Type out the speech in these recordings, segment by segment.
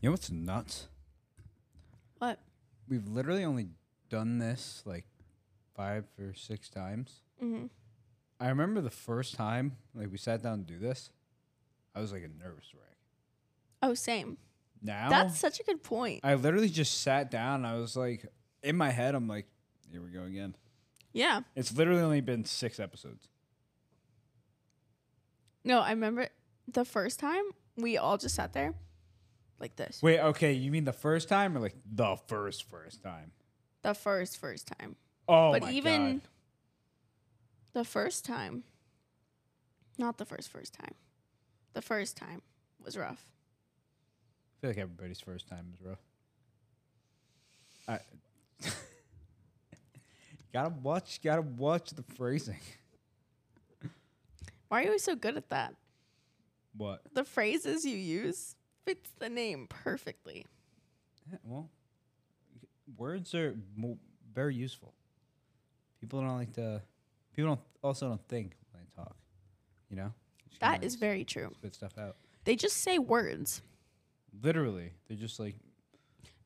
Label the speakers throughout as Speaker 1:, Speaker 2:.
Speaker 1: You know what's nuts?
Speaker 2: What?
Speaker 1: We've literally only done this like five or six times.
Speaker 2: Mm-hmm.
Speaker 1: I remember the first time like we sat down to do this, I was like a nervous wreck.
Speaker 2: Oh, same.
Speaker 1: Now
Speaker 2: That's such a good point.
Speaker 1: I literally just sat down. I was like, in my head, I'm like, here we go again.
Speaker 2: Yeah.
Speaker 1: It's literally only been six episodes.
Speaker 2: No, I remember the first time we all just sat there like this.
Speaker 1: Wait, okay, you mean the first time or like the first first time?
Speaker 2: The first first time.
Speaker 1: Oh,
Speaker 2: but
Speaker 1: my
Speaker 2: even
Speaker 1: God.
Speaker 2: the first time. Not the first first time. The first time was rough.
Speaker 1: I feel like everybody's first time is rough. I gotta watch, gotta watch the phrasing.
Speaker 2: Why are you always so good at that?
Speaker 1: What?
Speaker 2: The phrases you use fits the name perfectly.
Speaker 1: Yeah, well, words are mo- very useful. People don't like to. People don't also don't think when they talk. You know. Just
Speaker 2: That
Speaker 1: kinda
Speaker 2: is very true.
Speaker 1: spit stuff out.
Speaker 2: They just say words.
Speaker 1: Literally, they're just like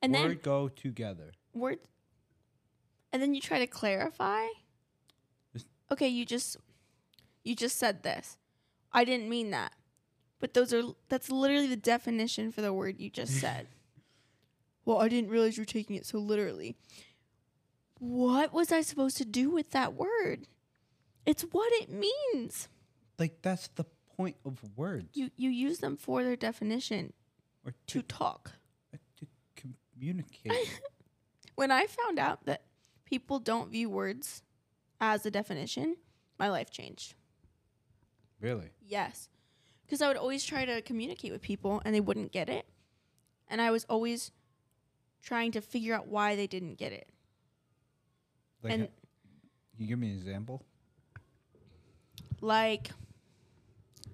Speaker 2: And
Speaker 1: word
Speaker 2: then
Speaker 1: go together.
Speaker 2: words and then you try to clarify.
Speaker 1: Just-
Speaker 2: Okay, you just you just said this. I didn't mean that. But those are that's literally the definition for the word you just said. well, I didn't realize you were taking it so literally. What was I supposed to do with that word? It's what it means.
Speaker 1: Like that's the point of words.
Speaker 2: You you use them for their definition
Speaker 1: or
Speaker 2: to talk.
Speaker 1: uh, to communicate.
Speaker 2: When I found out that people don't view words as a definition, my life changed.
Speaker 1: really?
Speaker 2: Yes. Because I would always try to communicate with people and they wouldn't get it. And I was always trying to figure out why they didn't get it.
Speaker 1: Like,
Speaker 2: and
Speaker 1: uh, you give me an example.
Speaker 2: like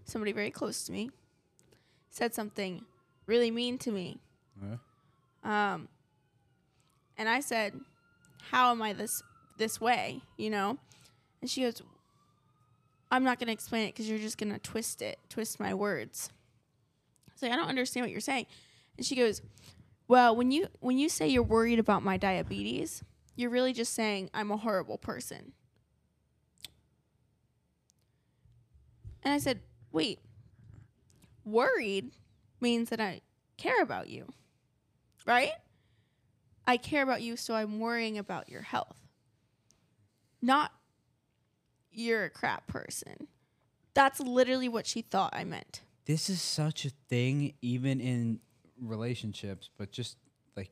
Speaker 2: somebody very close to me said something really mean to me.
Speaker 1: Uh,
Speaker 2: Um, and I said, "How am I this this way?" You know, and she goes, "I'm not gonna explain it because you're just gonna twist it, twist my words." I was like, "I don't understand what you're saying," and she goes, "Well, when you when you say you're worried about my diabetes, you're really just saying I'm a horrible person." And I said, "Wait, worried means that I care about you." right? I care about you, so I'm worrying about your health. Not you're a crap person. That's literally what she thought I meant.
Speaker 1: this is such a thing, even in relationships, but just like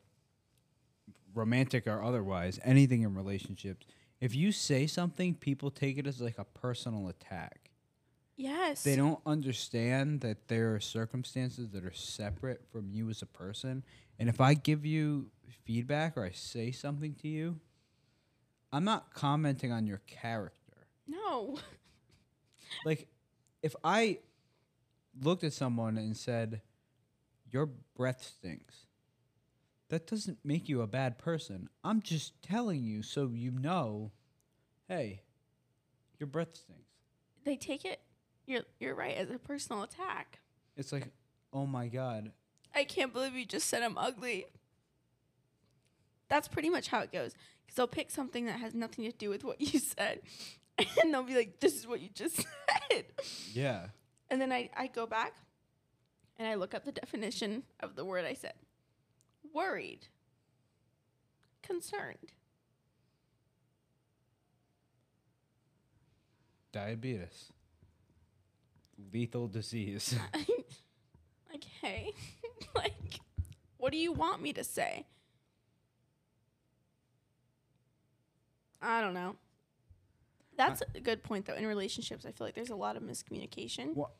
Speaker 1: romantic or otherwise, anything in relationships. If you say something, people take it as like a personal attack.
Speaker 2: Yes.
Speaker 1: They don't understand that there are circumstances that are separate from you as a person. And if I give you feedback or I say something to you, I'm not commenting on your character.
Speaker 2: No.
Speaker 1: like if I looked at someone and said, "Your breath stinks," that doesn't make you a bad person. I'm just telling you so you know, hey, your breath stinks.
Speaker 2: They take it. You're you're right as a personal attack.
Speaker 1: It's like, oh my god,
Speaker 2: I can't believe you just said I'm ugly. That's pretty much how it goes. Because they'll pick something that has nothing to do with what you said, and they'll be like, "This is what you just said."
Speaker 1: yeah,
Speaker 2: And then I, I go back and I look up the definition of the word I said worried, concerned.
Speaker 1: diabetes, lethal disease.
Speaker 2: like, hey, like, what do you want me to say? I don't know. That's a good point, though. In relationships, I feel like there's a lot of miscommunication.
Speaker 1: what?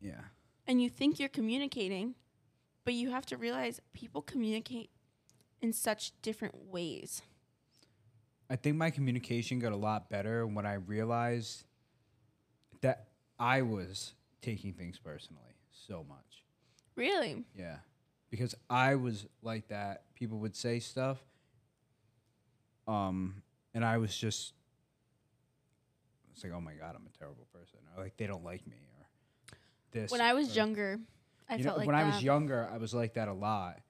Speaker 1: Yeah,
Speaker 2: and you think you're communicating, but you have to realize people communicate in such different ways.
Speaker 1: I think my communication got a lot better when I realized that I was taking things personally so much.
Speaker 2: Really?
Speaker 1: Yeah. Because I was like that. People would say stuff. Um, and I was just it's like, oh my god, I'm a terrible person. Or like they don't like me or this.
Speaker 2: when I was
Speaker 1: or-
Speaker 2: younger, I
Speaker 1: You know,
Speaker 2: felt like
Speaker 1: when
Speaker 2: that.
Speaker 1: I was younger, I was like that a lot,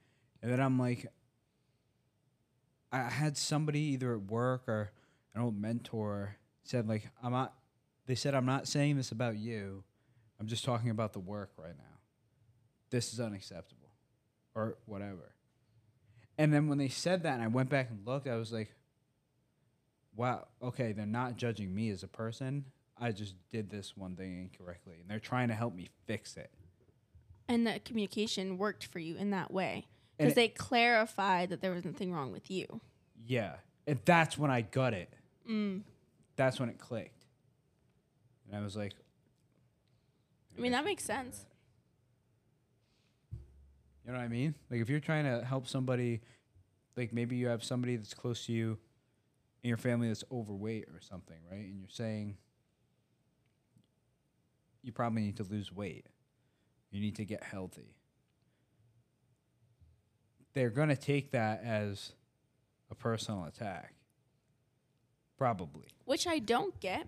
Speaker 1: and then I'm like, I had somebody either at work or an old mentor said like, I'm not. They said I'm not saying this about you. I'm just talking about the work right now. This is unacceptable, or whatever. And then when they said that, and I went back and looked, I was like, wow, okay, they're not judging me as a person. I just did this one thing incorrectly, and they're trying to help me fix it.
Speaker 2: and the communication worked for you in that way
Speaker 1: And
Speaker 2: because
Speaker 1: it-
Speaker 2: they clarified that there was nothing wrong with you.
Speaker 1: Yeah. And that's when I got it.
Speaker 2: Mm.
Speaker 1: That's when it clicked. And I was like,
Speaker 2: I mean,
Speaker 1: guess
Speaker 2: that
Speaker 1: we
Speaker 2: makes
Speaker 1: can do
Speaker 2: sense.
Speaker 1: that. You know what I mean? Like, if you're trying to help somebody, like maybe you have somebody that's close to you in your family that's overweight or something, right? And you're saying, you probably need to lose weight, you need to get healthy. They're going to take that as a personal attack. Probably.
Speaker 2: which I don't get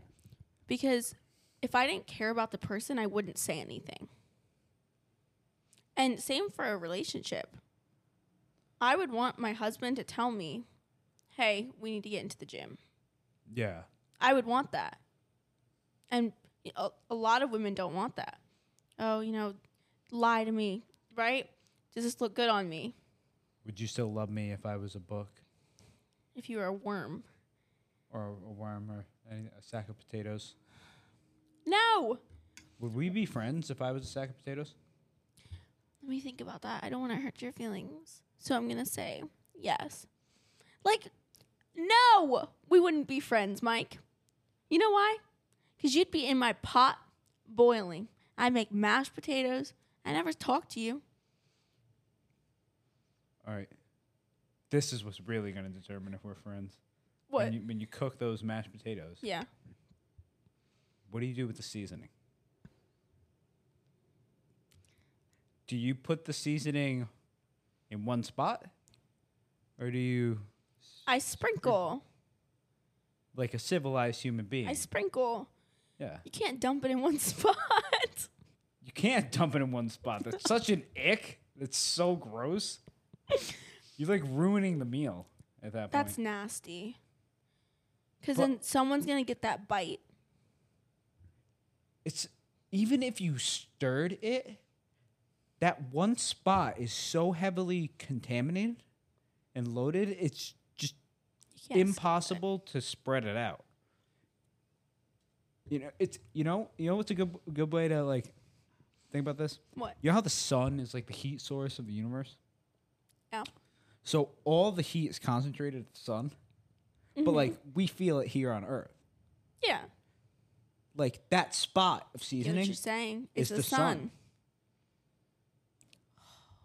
Speaker 2: because if I didn't care about the person, I wouldn't say anything. And same for a relationship. I would want my husband to tell me, "Hey, we need to get into the gym."
Speaker 1: Yeah.
Speaker 2: I would want that. And a, a lot of women don't want that. Oh, you know, lie to me, right? Does this look good on me?
Speaker 1: Would you still love me if I was a book
Speaker 2: If you were a worm.
Speaker 1: or a worm or any, a sack of potatoes?
Speaker 2: No.
Speaker 1: Would we be friends if I was a sack of potatoes?
Speaker 2: Let me think about that. I don't want to hurt your feelings. So I'm going to say yes. Like, no, we wouldn't be friends, Mike. You know why? Because you'd be in my pot boiling. I make mashed potatoes. I never talk to you.
Speaker 1: All right. This is what's really going to determine if we're friends. When
Speaker 2: What?
Speaker 1: you, when you cook those mashed potatoes,
Speaker 2: yeah.
Speaker 1: what do you do with the seasoning? Do you put the seasoning in one spot? Or do you,
Speaker 2: I sprinkle.
Speaker 1: like a civilized human being?
Speaker 2: I sprinkle.
Speaker 1: yeah.
Speaker 2: You can't dump it in one spot.
Speaker 1: You can't dump it in one spot. That's such an ick. That's so gross. You're like ruining the meal at that
Speaker 2: That's
Speaker 1: point.
Speaker 2: nasty. Because
Speaker 1: But-
Speaker 2: then someone's going to get that bite.
Speaker 1: It's even if you stirred it, that one spot is so heavily contaminated and loaded, it's just
Speaker 2: You can't spread it.
Speaker 1: impossible to spread it out. You know, it's you know, you know what's a good good way to like think about this?
Speaker 2: What?
Speaker 1: You know how the sun is like the heat source of the universe?
Speaker 2: Yeah.
Speaker 1: So all the heat is concentrated at the sun, but like
Speaker 2: Mm-hmm.
Speaker 1: we feel it here on Earth.
Speaker 2: Yeah.
Speaker 1: Like that spot of
Speaker 2: Get what
Speaker 1: seasoning,
Speaker 2: you're saying?
Speaker 1: It's
Speaker 2: It's,
Speaker 1: the
Speaker 2: the
Speaker 1: sun.
Speaker 2: sun.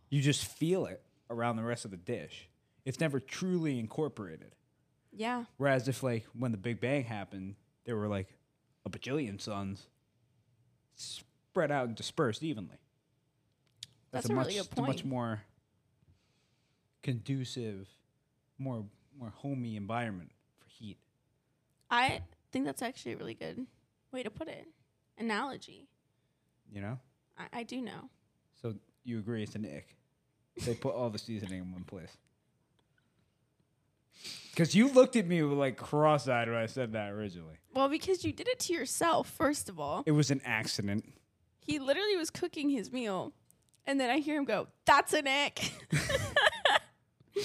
Speaker 1: you just feel it around the rest of the dish. It's never truly incorporated.
Speaker 2: Yeah.
Speaker 1: Whereas if like when the Big Bang happened, there were like a bajillion suns spread out and dispersed evenly.
Speaker 2: That's a
Speaker 1: much,
Speaker 2: really good
Speaker 1: it's a much
Speaker 2: point.
Speaker 1: more conducive, more more homey environment for heat.
Speaker 2: I think that's actually a really good way to put it. Analogy.
Speaker 1: You know.
Speaker 2: I, I do know.
Speaker 1: So you agree it's an ick. They put all the seasoning in one place. Because you looked at me with, like cross-eyed when I said that originally.
Speaker 2: Well, because you did it to yourself, first of all.
Speaker 1: It was an accident.
Speaker 2: He literally was cooking his meal, and then I hear him go, That's an egg.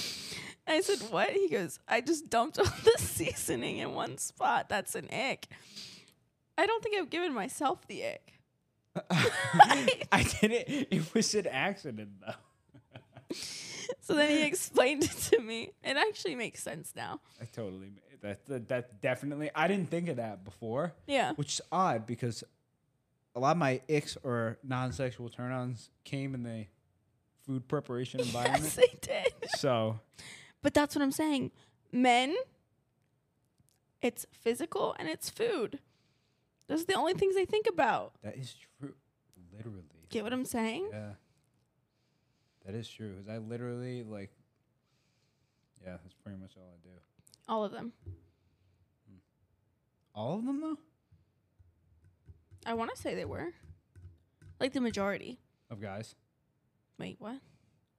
Speaker 2: I said, What? He goes, I just dumped all the seasoning in one spot. That's an egg. I don't think I've given myself the egg.
Speaker 1: I did it. It was an accident, though.
Speaker 2: So then he explained it to me. It actually makes sense now.
Speaker 1: I totally that that, that definitely. I didn't think of that before,
Speaker 2: Yeah.
Speaker 1: which is odd because a lot of my icks or non-sexual turn-ons came in the food preparation
Speaker 2: Yes,
Speaker 1: environment.
Speaker 2: they did.
Speaker 1: So
Speaker 2: But that's what I'm saying. Men, it's physical and it's food. Those are the only things they think about.
Speaker 1: that is true. Literally.
Speaker 2: Get what I'm saying?
Speaker 1: Yeah. That is true. 'cause I literally like Yeah, that's pretty much all I do.
Speaker 2: All of them.
Speaker 1: All of them though?
Speaker 2: I want to say they were. Like the majority.
Speaker 1: Of guys.
Speaker 2: Wait, what?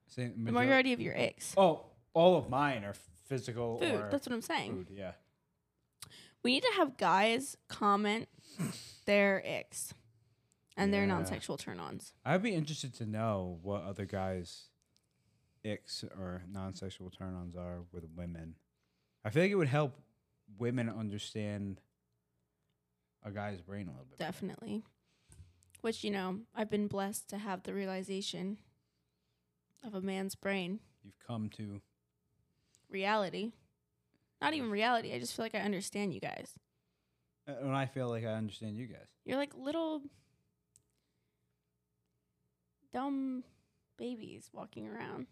Speaker 1: Say,
Speaker 2: The
Speaker 1: major-
Speaker 2: majority of your icks.
Speaker 1: oh, all of mine are physical
Speaker 2: Food.
Speaker 1: or
Speaker 2: That's what I'm saying.
Speaker 1: food. Yeah.
Speaker 2: We need to have guys comment their icks and their
Speaker 1: Yeah.
Speaker 2: non-sexual turn-ons.
Speaker 1: I'd be interested to know what other guys' icks or non-sexual turn-ons are with women. I feel like it would help women understand a guy's brain a little bit. better.
Speaker 2: Definitely. Which, you know, I've been blessed to have the realization of a man's brain.
Speaker 1: You've come to
Speaker 2: Reality. Not even reality. I just feel like I understand you guys.
Speaker 1: uh, and I feel like I understand you guys.
Speaker 2: You're like little dumb babies walking around.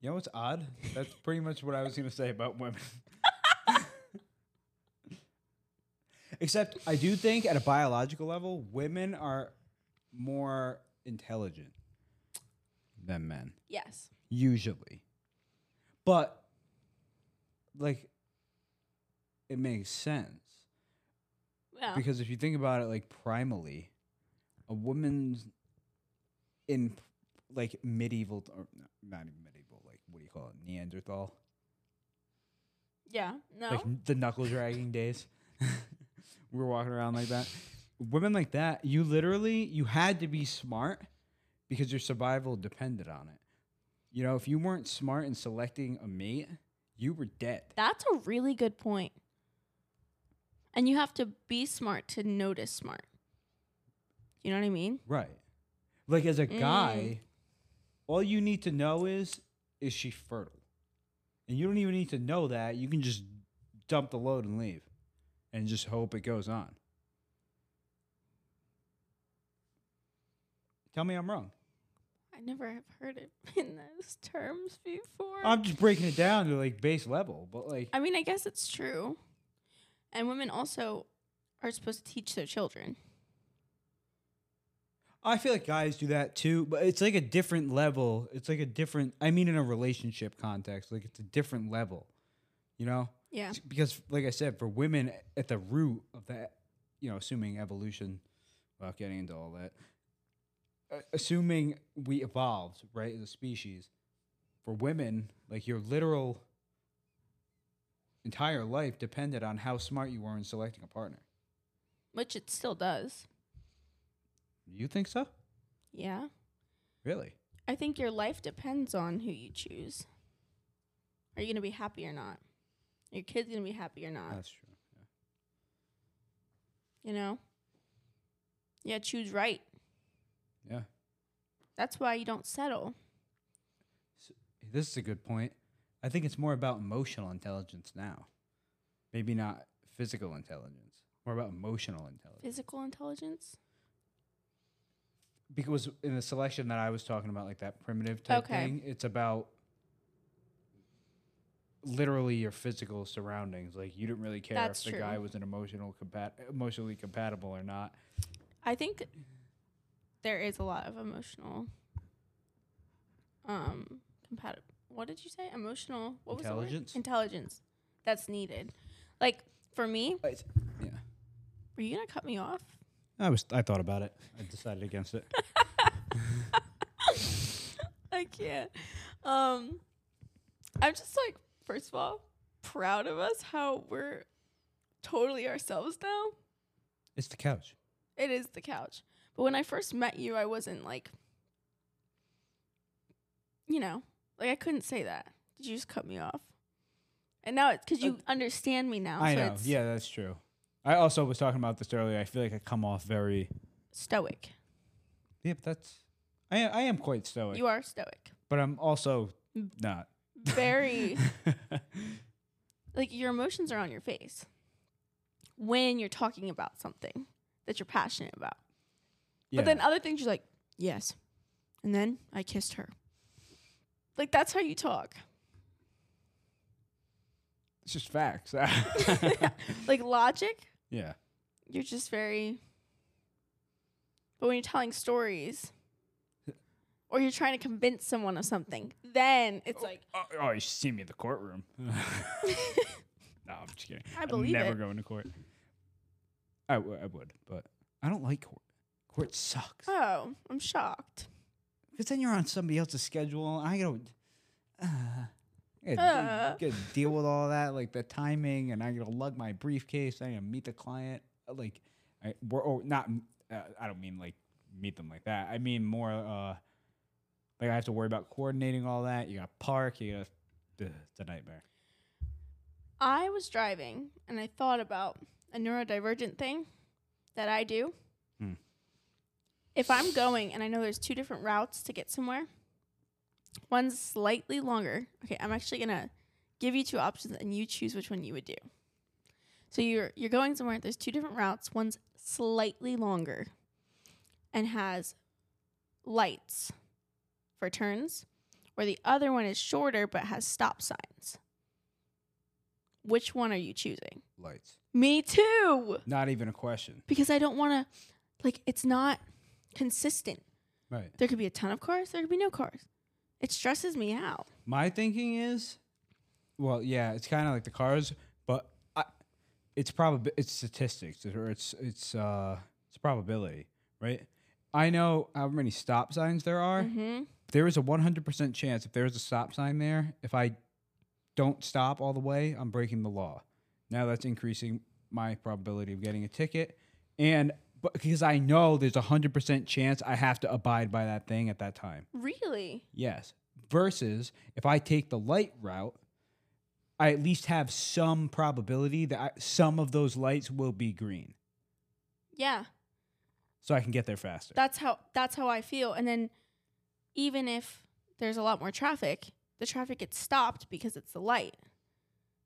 Speaker 1: You know what's odd? That's pretty much what I was gonna say about women. Except I do think at a biological level, women are more intelligent than men.
Speaker 2: Yes.
Speaker 1: usually. But like it makes sense
Speaker 2: Yeah.
Speaker 1: because if you think about it like primally, a woman's in like medieval or no, not even medieval, like what do you call it? Neanderthal.
Speaker 2: yeah. No.
Speaker 1: Like n- the knuckle dragging days. we were walking around like that. Women like that, you literally you had to be smart because your survival depended on it. You know, if you weren't smart in selecting a mate, you were dead.
Speaker 2: That's a really good point. And you have to be smart to notice smart. You know what I mean?
Speaker 1: Right. Like as a
Speaker 2: Mm.
Speaker 1: guy, all you need to know is is she fertile? And you don't even need to know that. You can just dump the load and leave and just hope it goes on. Tell me I'm wrong.
Speaker 2: I never have heard it in those terms before.
Speaker 1: I'm just breaking it down to like base level, but like
Speaker 2: I mean, I guess it's true. And women also are supposed to teach their children.
Speaker 1: I feel like guys do that too, but it's like a different level. It's like a different I mean in a relationship context, like it's a different level. You know?
Speaker 2: Yeah.
Speaker 1: S- because like i said for women at the root of that you know assuming evolution without getting into all that uh, assuming we evolved right as a species for women like your literal entire life depended on how smart you were in selecting a partner
Speaker 2: Which it still does.
Speaker 1: you think so
Speaker 2: Yeah.
Speaker 1: really
Speaker 2: I think your life depends on who you choose. Are you going to be happy or not? Are your kids going to be happy or not?
Speaker 1: that's true
Speaker 2: you know? Yeah, choose right.
Speaker 1: yeah
Speaker 2: That's why you don't settle.
Speaker 1: this is a good point i think it's more about emotional intelligence now maybe not physical intelligence more about emotional intelligence
Speaker 2: Physical intelligence?
Speaker 1: because in the selection that I was talking about, like that primitive type
Speaker 2: Okay.
Speaker 1: thing, it's about literally your physical surroundings. Like you didn't really care
Speaker 2: That's
Speaker 1: if the
Speaker 2: true.
Speaker 1: guy was an emotional compat- emotionally compatible or not.
Speaker 2: I think there is a lot of emotional um compatible. What did you say? Emotional what was the word?
Speaker 1: Intelligence.
Speaker 2: Intelligence that's needed. Like for me,
Speaker 1: yeah,
Speaker 2: were you gonna cut me off?
Speaker 1: I was. I thought about it. I decided against it.
Speaker 2: I can't. Um I'm just like first of all proud of us how we're totally ourselves now.
Speaker 1: It's the couch.
Speaker 2: It is the couch. But when I first met you, I wasn't like, you know, like I couldn't say that. Did you just cut me off? And now it's because you understand me now.
Speaker 1: Uh, I
Speaker 2: Oh, so
Speaker 1: know.
Speaker 2: It's
Speaker 1: Yeah, that's true. I also was talking about this earlier. I feel like I come off very.
Speaker 2: Stoic.
Speaker 1: Yep, that's. I I am quite stoic,
Speaker 2: You are stoic.
Speaker 1: but I'm also
Speaker 2: Mm.
Speaker 1: not.
Speaker 2: Very, like, your emotions are on your face when you're talking about something that you're passionate about.
Speaker 1: Yeah.
Speaker 2: But then other things, you're like, yes. And then I kissed her. Like, that's how you talk.
Speaker 1: it's just facts.
Speaker 2: Like, logic
Speaker 1: yeah.
Speaker 2: you're just very but when you're telling stories or you're trying to convince someone of something then it's like
Speaker 1: Oh, oh, you see me in the courtroom. no, I'm just kidding.
Speaker 2: I believe
Speaker 1: I'm never
Speaker 2: it.
Speaker 1: going to court. I
Speaker 2: Uh.
Speaker 1: w- I would, but I don't like court. Court sucks.
Speaker 2: oh i'm shocked
Speaker 1: Because then you're on somebody else's schedule, and I gotta, uh, I gotta,
Speaker 2: Uh.
Speaker 1: gotta deal with all that, like the timing, and I gotta lug my briefcase. I gotta meet the client, Uh, like, I, we're or not. Uh, I don't mean like meet them like that. I mean more uh, like I have to worry about coordinating all that. You gotta park. You gotta. ugh, it's a nightmare.
Speaker 2: I was driving and I thought about a neurodivergent thing that I do.
Speaker 1: Hmm.
Speaker 2: If I'm going and I know there's two different routes to get somewhere, one's slightly longer. Okay, I'm actually gonna give you two options and you choose which one you would do. So you're you're going somewhere, there's two different routes, one's slightly longer and has lights for turns, or the other one is shorter but has stop signs. Which one are you choosing?
Speaker 1: Lights.
Speaker 2: Me too.
Speaker 1: Not even a question.
Speaker 2: Because I don't want to, like, it's not consistent.
Speaker 1: Right.
Speaker 2: There could be a ton of cars, there could be no cars. It stresses me out.
Speaker 1: My thinking is, well, yeah, it's kind of like the cars, but I, it's probably it's statistics or it's it's uh it's probability, right? I know how many stop signs there are.
Speaker 2: Mm-hmm.
Speaker 1: There is a one hundred percent chance if there's a stop sign there, if I don't stop all the way, I'm breaking the law. Now that's increasing my probability of getting a ticket, and but because I know there's a hundred percent chance I have to abide by that thing at that time.
Speaker 2: Really?
Speaker 1: Yes. Versus if I take the light route, I at least have some probability that I, some of those lights will be green,
Speaker 2: Yeah.
Speaker 1: so I can get there faster.
Speaker 2: That's how that's how I feel. And then even if there's a lot more traffic, the traffic gets stopped because it's the light.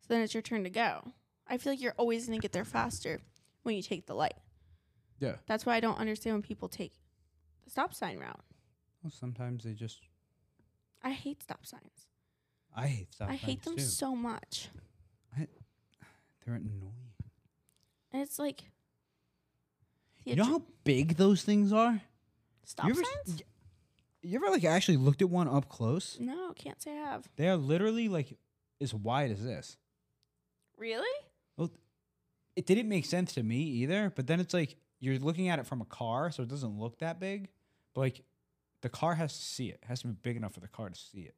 Speaker 2: So then it's your turn to go. I feel like you're always going to get there faster when you take the light.
Speaker 1: yeah.
Speaker 2: That's why I don't understand when people take the stop sign route.
Speaker 1: Well, sometimes they just.
Speaker 2: I hate stop signs.
Speaker 1: I hate stop
Speaker 2: I hate them
Speaker 1: signs, too.
Speaker 2: so much.
Speaker 1: They're annoying.
Speaker 2: And it's like the
Speaker 1: You know
Speaker 2: attra-
Speaker 1: how big those things are.
Speaker 2: stop
Speaker 1: you ever,
Speaker 2: signs?
Speaker 1: You ever like actually looked at one up close?
Speaker 2: No, can't say I have.
Speaker 1: They are literally like as wide as this.
Speaker 2: Really?
Speaker 1: It didn't make sense to me either, but then it's like you're looking at it from a car, so it doesn't look that big. But like the car has to see it. It has to be big enough for the car to see it.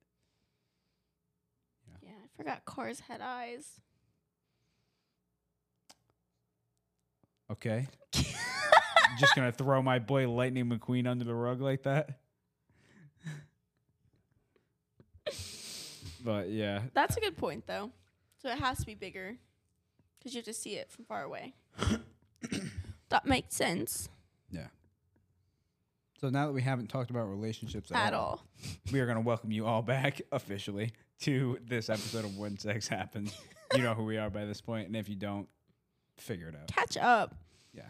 Speaker 2: Yeah, I forgot cars had eyes.
Speaker 1: Okay. Just gonna throw my boy Lightning McQueen under the rug like that. But yeah.
Speaker 2: That's a good point though. So it has to be bigger cuz you have to see it from far away. that makes sense
Speaker 1: So now that we haven't talked about relationships at,
Speaker 2: at all.
Speaker 1: we are going to welcome you all back officially to this episode of When Sex Happens. You know who we are by this point, and if you don't, figure it out.
Speaker 2: Catch up.
Speaker 1: Yeah,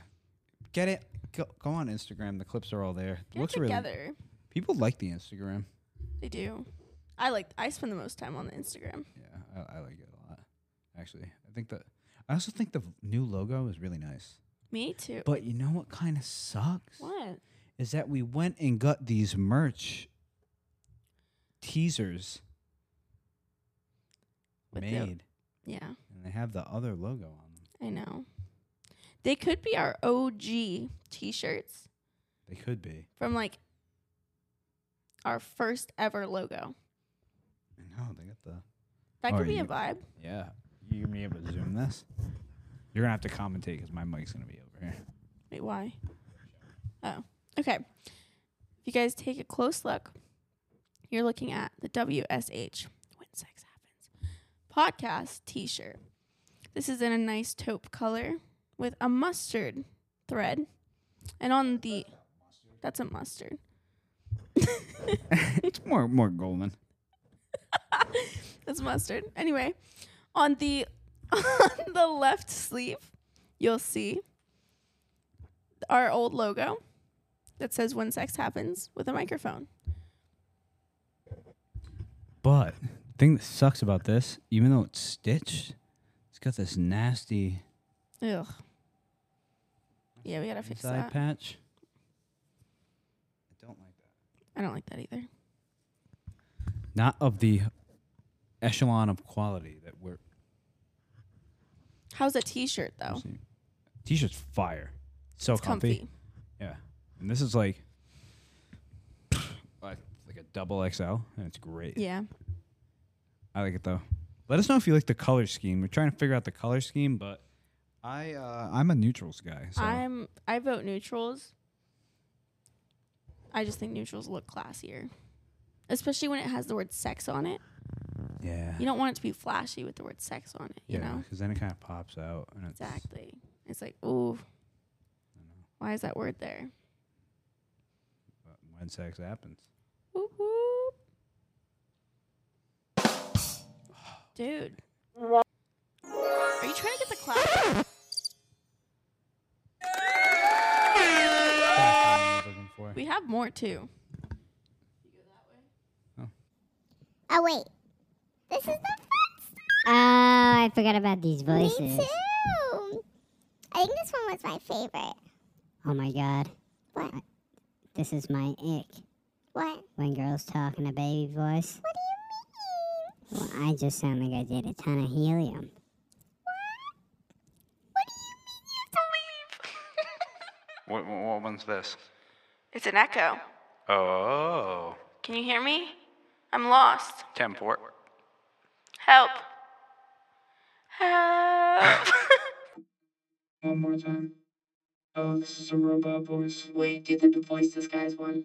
Speaker 1: get it. Go, go on Instagram. The clips are all there.
Speaker 2: Get it together.
Speaker 1: people like the Instagram.
Speaker 2: They do. I like I spend the most time on the Instagram.
Speaker 1: Yeah, I, I like it a lot. Actually, I think that I also think the new logo is really nice.
Speaker 2: Me too.
Speaker 1: But you know what kind of sucks is
Speaker 2: what?
Speaker 1: that we went and got these merch teasers
Speaker 2: With the-
Speaker 1: made,
Speaker 2: Yeah,
Speaker 1: and they have the other logo on them.
Speaker 2: I know. They could be our OG t-shirts.
Speaker 1: They could be.
Speaker 2: from like our first ever logo.
Speaker 1: I know they got the.
Speaker 2: That
Speaker 1: Oh,
Speaker 2: could be
Speaker 1: you-
Speaker 2: a vibe.
Speaker 1: Yeah, you're gonna be able to zoom this. You're gonna have to commentate because my mic's gonna be over here.
Speaker 2: Wait, why? Oh, okay. If you guys take a close look, you're looking at the WSH When Sex Happens podcast t shirt. This is in a nice taupe color with a mustard thread. And on the. That's a mustard.
Speaker 1: it's more more golden.
Speaker 2: That's mustard. Anyway, on the on the left sleeve, you'll see our old logo that says "When Sex Happens" with a microphone.
Speaker 1: But the thing that sucks about this, even though it's stitched, it's got this nasty
Speaker 2: Ugh. Yeah, we gotta fix
Speaker 1: side
Speaker 2: that.
Speaker 1: patch. I don't like that.
Speaker 2: I don't like that either.
Speaker 1: Not of the echelon of quality that we're.
Speaker 2: How's a T-shirt though?
Speaker 1: seeing. T-shirt's fire, so
Speaker 2: It's comfy.
Speaker 1: Yeah, and this is like. I double XL, and it's great.
Speaker 2: Yeah.
Speaker 1: I like it though. Let us know if you like the color scheme. We're trying to figure out the color scheme, but I uh, I'm a neutrals guy. So
Speaker 2: I'm I vote neutrals. I just think neutrals look classier. Especially when it has the word sex on it.
Speaker 1: yeah,
Speaker 2: You don't want it to be flashy with the word sex on it, you
Speaker 1: yeah,
Speaker 2: know?
Speaker 1: because then it kind of pops out. And it's,
Speaker 2: Exactly. It's like, ooh, why is that word there?
Speaker 1: When sex happens,
Speaker 2: Whoop, whoop. Dude. Are you trying to get the clap?
Speaker 1: That's what I was looking for.
Speaker 2: We have more too.
Speaker 3: Oh wait, this is the fun
Speaker 4: Oh, I forgot about these
Speaker 3: stuff. Me
Speaker 4: voices.
Speaker 3: too. I think this one was my favorite.
Speaker 4: Oh my god,
Speaker 3: What?
Speaker 4: this is my ick.
Speaker 3: What?
Speaker 4: When girls talk in a baby voice.
Speaker 3: What do
Speaker 4: Well, I just sound like I did a ton of helium.
Speaker 5: What, what, what one's this?
Speaker 2: It's an echo.
Speaker 5: Oh,
Speaker 2: Can you hear me? I'm lost.
Speaker 5: Temport.
Speaker 2: Help. Help.
Speaker 6: One more time. Oh, this is a robot voice.
Speaker 7: Wait, do the voice disguise one.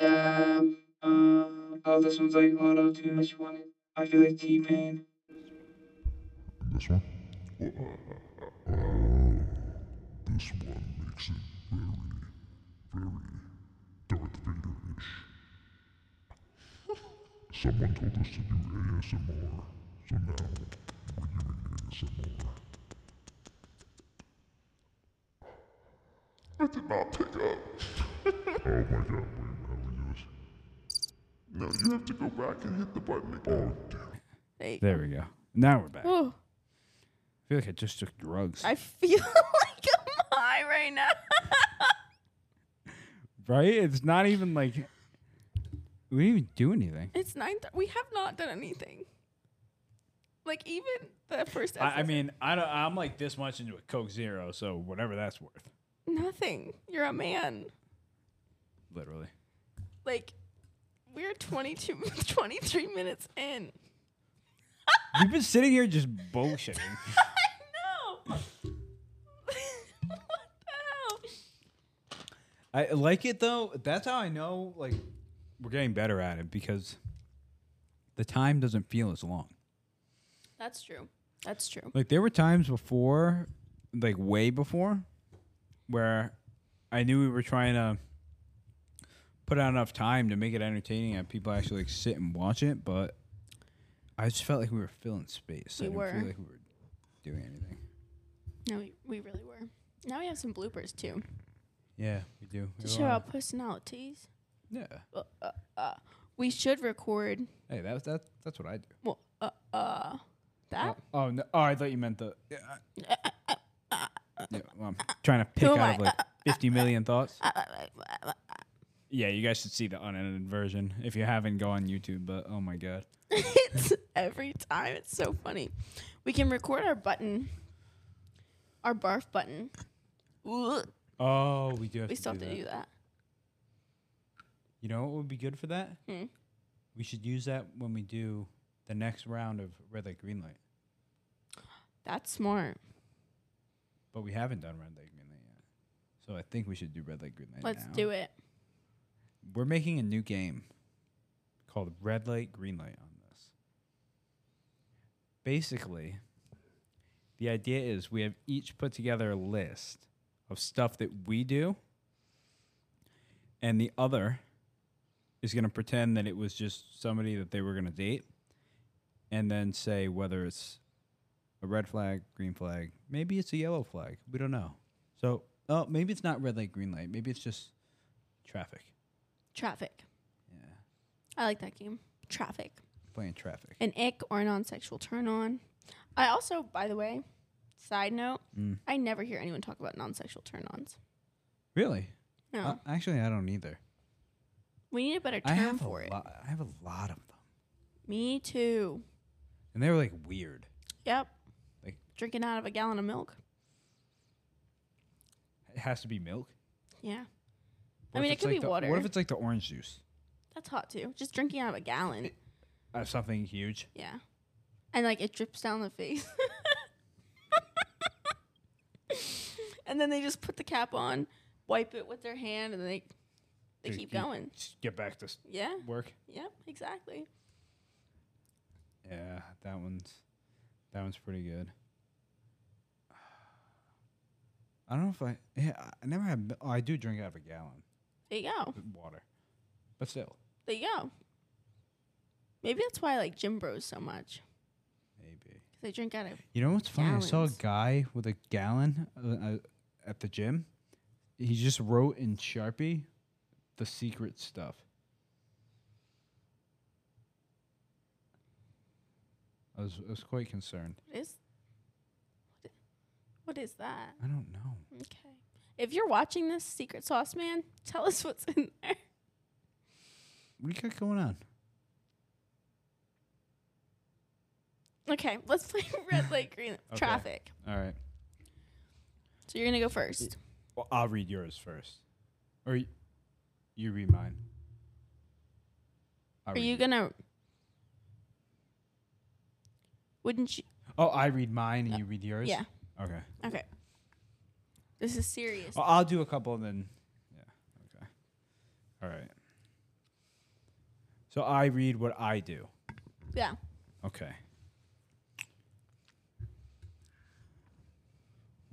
Speaker 6: Um, uh, oh, this one's like auto tune. Which one? is- I feel like T Pain.
Speaker 8: This one? This one makes it very, very Darth Vader-ish. Someone told us to do ASMR, so now we're doing ASMR. I did not pick up. oh my god, wait, how do this? No, you have to go back and hit the button again. Oh, damn.
Speaker 1: There we go. Now we're back. I
Speaker 2: Ooh,
Speaker 1: feel like I just took drugs.
Speaker 2: I feel like I'm high right now.
Speaker 1: right? It's not even like we didn't even do anything.
Speaker 2: It's nine. Th- we have not done anything. Like even the first.
Speaker 1: I, I
Speaker 2: episode-
Speaker 1: mean, I don't. I'm like this much into a Coke Zero, so whatever that's worth,
Speaker 2: nothing. You're a man.
Speaker 1: literally.
Speaker 2: Like we're 22, 23 minutes in.
Speaker 1: We've been sitting here just bullshitting.
Speaker 2: No. what the hell?
Speaker 1: I like it though. That's how I know like we're getting better at it because the time doesn't feel as long.
Speaker 2: That's true. That's true.
Speaker 1: Like there were times before, like way before, where I knew we were trying to put out enough time to make it entertaining and people actually like sit and watch it, but I just felt like we were filling space. I
Speaker 2: We
Speaker 1: didn't
Speaker 2: were.
Speaker 1: feel like we were doing anything.
Speaker 2: No, we, we really were. Now we have some bloopers too
Speaker 1: Yeah, we do. We
Speaker 2: to show
Speaker 1: wanna-
Speaker 2: our personalities.
Speaker 1: Yeah.
Speaker 2: Uh, uh, uh. We should record.
Speaker 1: Hey, that, that that's what I do.
Speaker 2: Well, uh, uh, that.
Speaker 1: Oh, no. oh, I thought you meant the. Yeah, well, I'm trying to pick
Speaker 2: am
Speaker 1: out of
Speaker 2: I?
Speaker 1: like 50 million thoughts.
Speaker 2: Uh,
Speaker 1: Yeah, you guys should see the unedited version if you haven't go on YouTube. But oh my god,
Speaker 2: it's every time. It's so funny. We can record our button, our barf button. Ugh,
Speaker 1: oh, we do. Have
Speaker 2: we
Speaker 1: to
Speaker 2: still have
Speaker 1: do
Speaker 2: to
Speaker 1: that.
Speaker 2: do that.
Speaker 1: You know what would be good for that?
Speaker 2: Hmm.
Speaker 1: We should use that when we do the next round of red light, green light.
Speaker 2: That's smart.
Speaker 1: But we haven't done red light, green light yet. So I think we should do red light, green light.
Speaker 2: Let's do it.
Speaker 1: We're making a new game called Red Light, Green Light on this. Basically, the idea is we have each put together a list of stuff that we do, and the other is going to pretend that it was just somebody that they were going to date, and then say whether it's a red flag, green flag, maybe it's a yellow flag. We don't know. So, oh, maybe it's not red light, green light. Maybe it's just traffic.
Speaker 2: Traffic.
Speaker 1: Yeah,
Speaker 2: I like that game. Traffic.
Speaker 1: playing traffic.
Speaker 2: An ick or a non sexual turn on. I also, by the way, side note,
Speaker 1: Mm.
Speaker 2: I never hear anyone talk about non sexual turn ons.
Speaker 1: Really?
Speaker 2: No.
Speaker 1: Uh, actually, I don't either.
Speaker 2: we need a better
Speaker 1: I
Speaker 2: term
Speaker 1: have a
Speaker 2: for it.
Speaker 1: lot. I have a lot of them,
Speaker 2: Me too.
Speaker 1: and they were like weird.
Speaker 2: Yep.
Speaker 1: Like-
Speaker 2: Drinking out of a gallon of milk.
Speaker 1: It has to be milk.
Speaker 2: Yeah.
Speaker 1: What
Speaker 2: I mean,
Speaker 1: if
Speaker 2: it
Speaker 1: it's
Speaker 2: could
Speaker 1: like
Speaker 2: be
Speaker 1: the-
Speaker 2: water.
Speaker 1: What if it's like the orange juice?
Speaker 2: That's hot too. Just drinking out of a gallon.
Speaker 1: Uh, something huge.
Speaker 2: Yeah. And like it drips down the face. and then they just put the cap on, wipe it with their hand, and they they
Speaker 1: Dude,
Speaker 2: keep
Speaker 1: you
Speaker 2: going.
Speaker 1: just Get back to s-
Speaker 2: Yeah.
Speaker 1: work.
Speaker 2: Yep. Exactly.
Speaker 1: Yeah, that one's that one's pretty good. I don't know if I yeah I never had mi- oh I do drink out of a gallon
Speaker 2: There you go.
Speaker 1: of water, but still
Speaker 2: There you go. Maybe that's why I like Jim Bros so much.
Speaker 1: maybe.
Speaker 2: 'cause They drink out of
Speaker 1: You know what's funny? I saw a
Speaker 2: Gallons.
Speaker 1: guy with a gallon uh, uh, at the gym. He just wrote in Sharpie the secret stuff. I was I was quite concerned.
Speaker 2: what is what is that?
Speaker 1: I don't know.
Speaker 2: Okay. If you're watching this, Secret Sauce Man, tell us what's in there.
Speaker 1: What do you got going on?
Speaker 2: Okay, let's play red light, green light.
Speaker 1: Okay.
Speaker 2: traffic.
Speaker 1: All right.
Speaker 2: So you're gonna go first.
Speaker 1: Well, I'll read yours first, or y- you read mine. I'll
Speaker 2: Are
Speaker 1: read
Speaker 2: you
Speaker 1: it.
Speaker 2: gonna? Wouldn't you?
Speaker 1: Oh, I read mine and you read yours.
Speaker 2: yeah.
Speaker 1: Okay.
Speaker 2: Okay. This is serious.
Speaker 1: Well, I'll do a couple and then. Yeah. Okay. All right. So I read what I do.
Speaker 2: Yeah.
Speaker 1: Okay.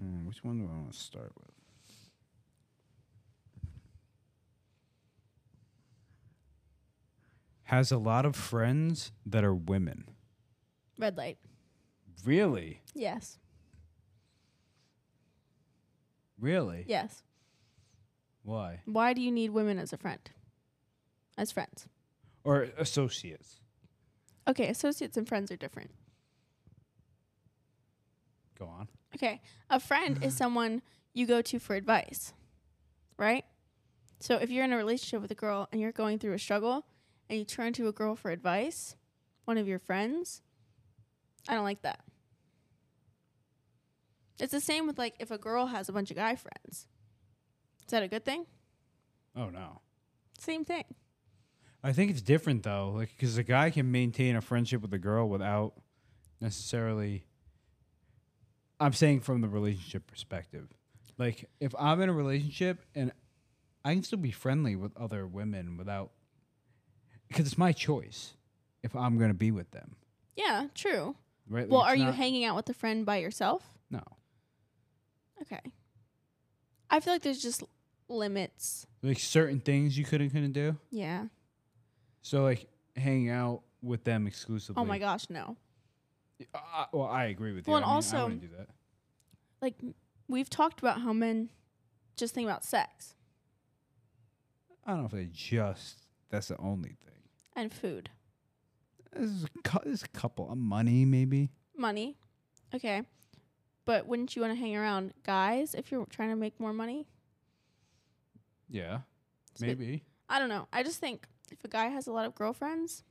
Speaker 1: Hmm, which one do I want to start with? Has a lot of friends that are women.
Speaker 2: Red light.
Speaker 1: Really?
Speaker 2: Yes.
Speaker 1: Really?
Speaker 2: Yes.
Speaker 1: Why?
Speaker 2: Why do you need women as a friend? As friends.
Speaker 1: Or associates.
Speaker 2: Okay, associates and friends are different.
Speaker 1: Go on.
Speaker 2: Okay. A friend
Speaker 1: Mm-hmm.
Speaker 2: is someone you go to for advice, right? So if you're in a relationship with a girl and you're going through a struggle and you turn to a girl for advice, one of your friends, I don't like that. It's the same with like if a girl has a bunch of guy friends. Is that a good thing?
Speaker 1: Oh no.
Speaker 2: Same thing.
Speaker 1: I think it's different though, like because a guy can maintain a friendship with a girl without necessarily. I'm saying from the relationship perspective, like if I'm in a relationship and I can still be friendly with other women without, because it's my choice if I'm gonna be with them,
Speaker 2: Yeah, true.
Speaker 1: right? Like,
Speaker 2: Well,
Speaker 1: it's
Speaker 2: are you
Speaker 1: not-
Speaker 2: hanging out with a friend by yourself?
Speaker 1: No,
Speaker 2: Okay. I feel like there's just limits.
Speaker 1: like certain things you couldn't couldn't do.
Speaker 2: Yeah.
Speaker 1: So like hanging out with them exclusively.
Speaker 2: Oh my gosh, no.
Speaker 1: I- I- well, I agree with you.
Speaker 2: Well, and
Speaker 1: I mean, I
Speaker 2: also-
Speaker 1: wouldn't do that.
Speaker 2: like m- we've talked about how men just think about sex
Speaker 1: I don't know if they just. That's the only thing.
Speaker 2: and food,
Speaker 1: This is a, cou- this is a couple of money, maybe.
Speaker 2: money. Okay. But wouldn't you want to hang around guys if you're trying to make more money?
Speaker 1: Yeah,
Speaker 2: So- I don't know. I just think if a guy has a lot of girlfriends,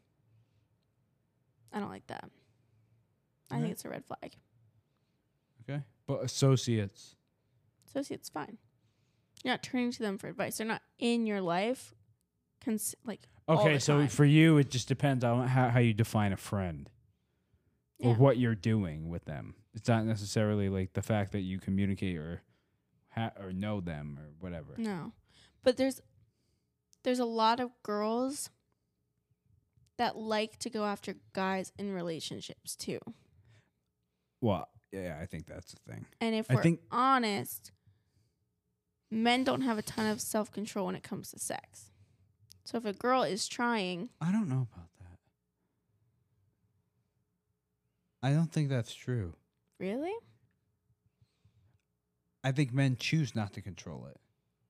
Speaker 2: I don't like that. I
Speaker 1: Okay.
Speaker 2: think it's a red flag.
Speaker 1: Okay, but associates.
Speaker 2: So see, it's fine. You're not turning to them for advice. They're not in your life. Cons- like all
Speaker 1: Okay,
Speaker 2: the
Speaker 1: so
Speaker 2: time.
Speaker 1: for you, it just depends on how, how you define a friend or
Speaker 2: Yeah.
Speaker 1: what you're doing with them. It's not necessarily like the fact that you communicate or ha- or know them or whatever.
Speaker 2: No. But there's there's a lot of girls that like to go after guys in relationships too.
Speaker 1: Well, yeah, I think that's the thing.
Speaker 2: And if
Speaker 1: I
Speaker 2: we're
Speaker 1: think-
Speaker 2: honest, men don't have a ton of self-control when it comes to sex. So if a girl is trying,
Speaker 1: I don't know about that. I don't think that's true.
Speaker 2: really?
Speaker 1: I think men choose not to control it.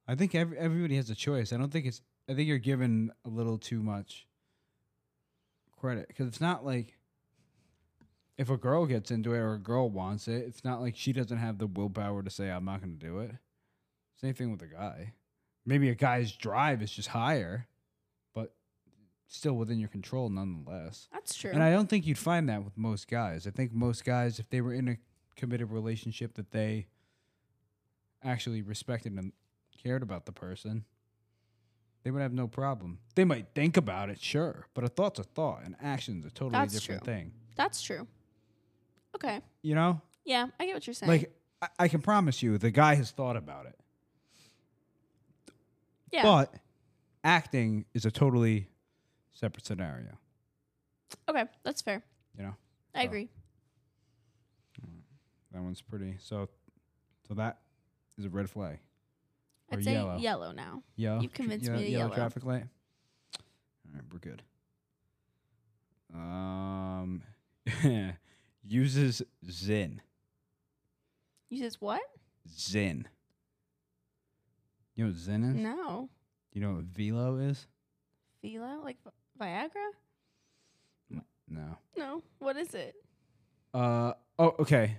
Speaker 1: I think every, everybody has a choice. I don't think it's. I think you're given a little too much credit because it's not like if a girl gets into it or a girl wants it, it's not like she doesn't have the willpower to say I'm not going to do it. Same thing with a guy. Maybe a guy's drive is just higher, but still within your control nonetheless.
Speaker 2: That's true.
Speaker 1: And I don't think you'd find that with most guys. I think most guys, if they were in a committed relationship that they actually respected and cared about the person, they would have no problem. They might think about it, sure, but a thought's a thought, and action's a totally
Speaker 2: That's
Speaker 1: different
Speaker 2: true.
Speaker 1: thing.
Speaker 2: That's true. Okay.
Speaker 1: You know,
Speaker 2: Yeah, I get what you're saying.
Speaker 1: like I, I can promise you, the guy has thought about it,
Speaker 2: yeah.
Speaker 1: but acting is a totally separate scenario.
Speaker 2: okay, that's fair.
Speaker 1: You know,
Speaker 2: I
Speaker 1: So.
Speaker 2: agree.
Speaker 1: that one's pretty. So, so that is a red flag. Or
Speaker 2: I'd say
Speaker 1: yellow.
Speaker 2: yellow, now.
Speaker 1: Yeah,
Speaker 2: You convinced me to
Speaker 1: yellow
Speaker 2: yellow.
Speaker 1: traffic light. All right, we're good. Um, uses Zin.
Speaker 2: You says what?
Speaker 1: Zin. You know what Zin is?
Speaker 2: No.
Speaker 1: You know what Velo is?
Speaker 2: Vila? Like Vi- Viagra?
Speaker 1: No.
Speaker 2: No. What is it?
Speaker 1: Uh oh. Okay.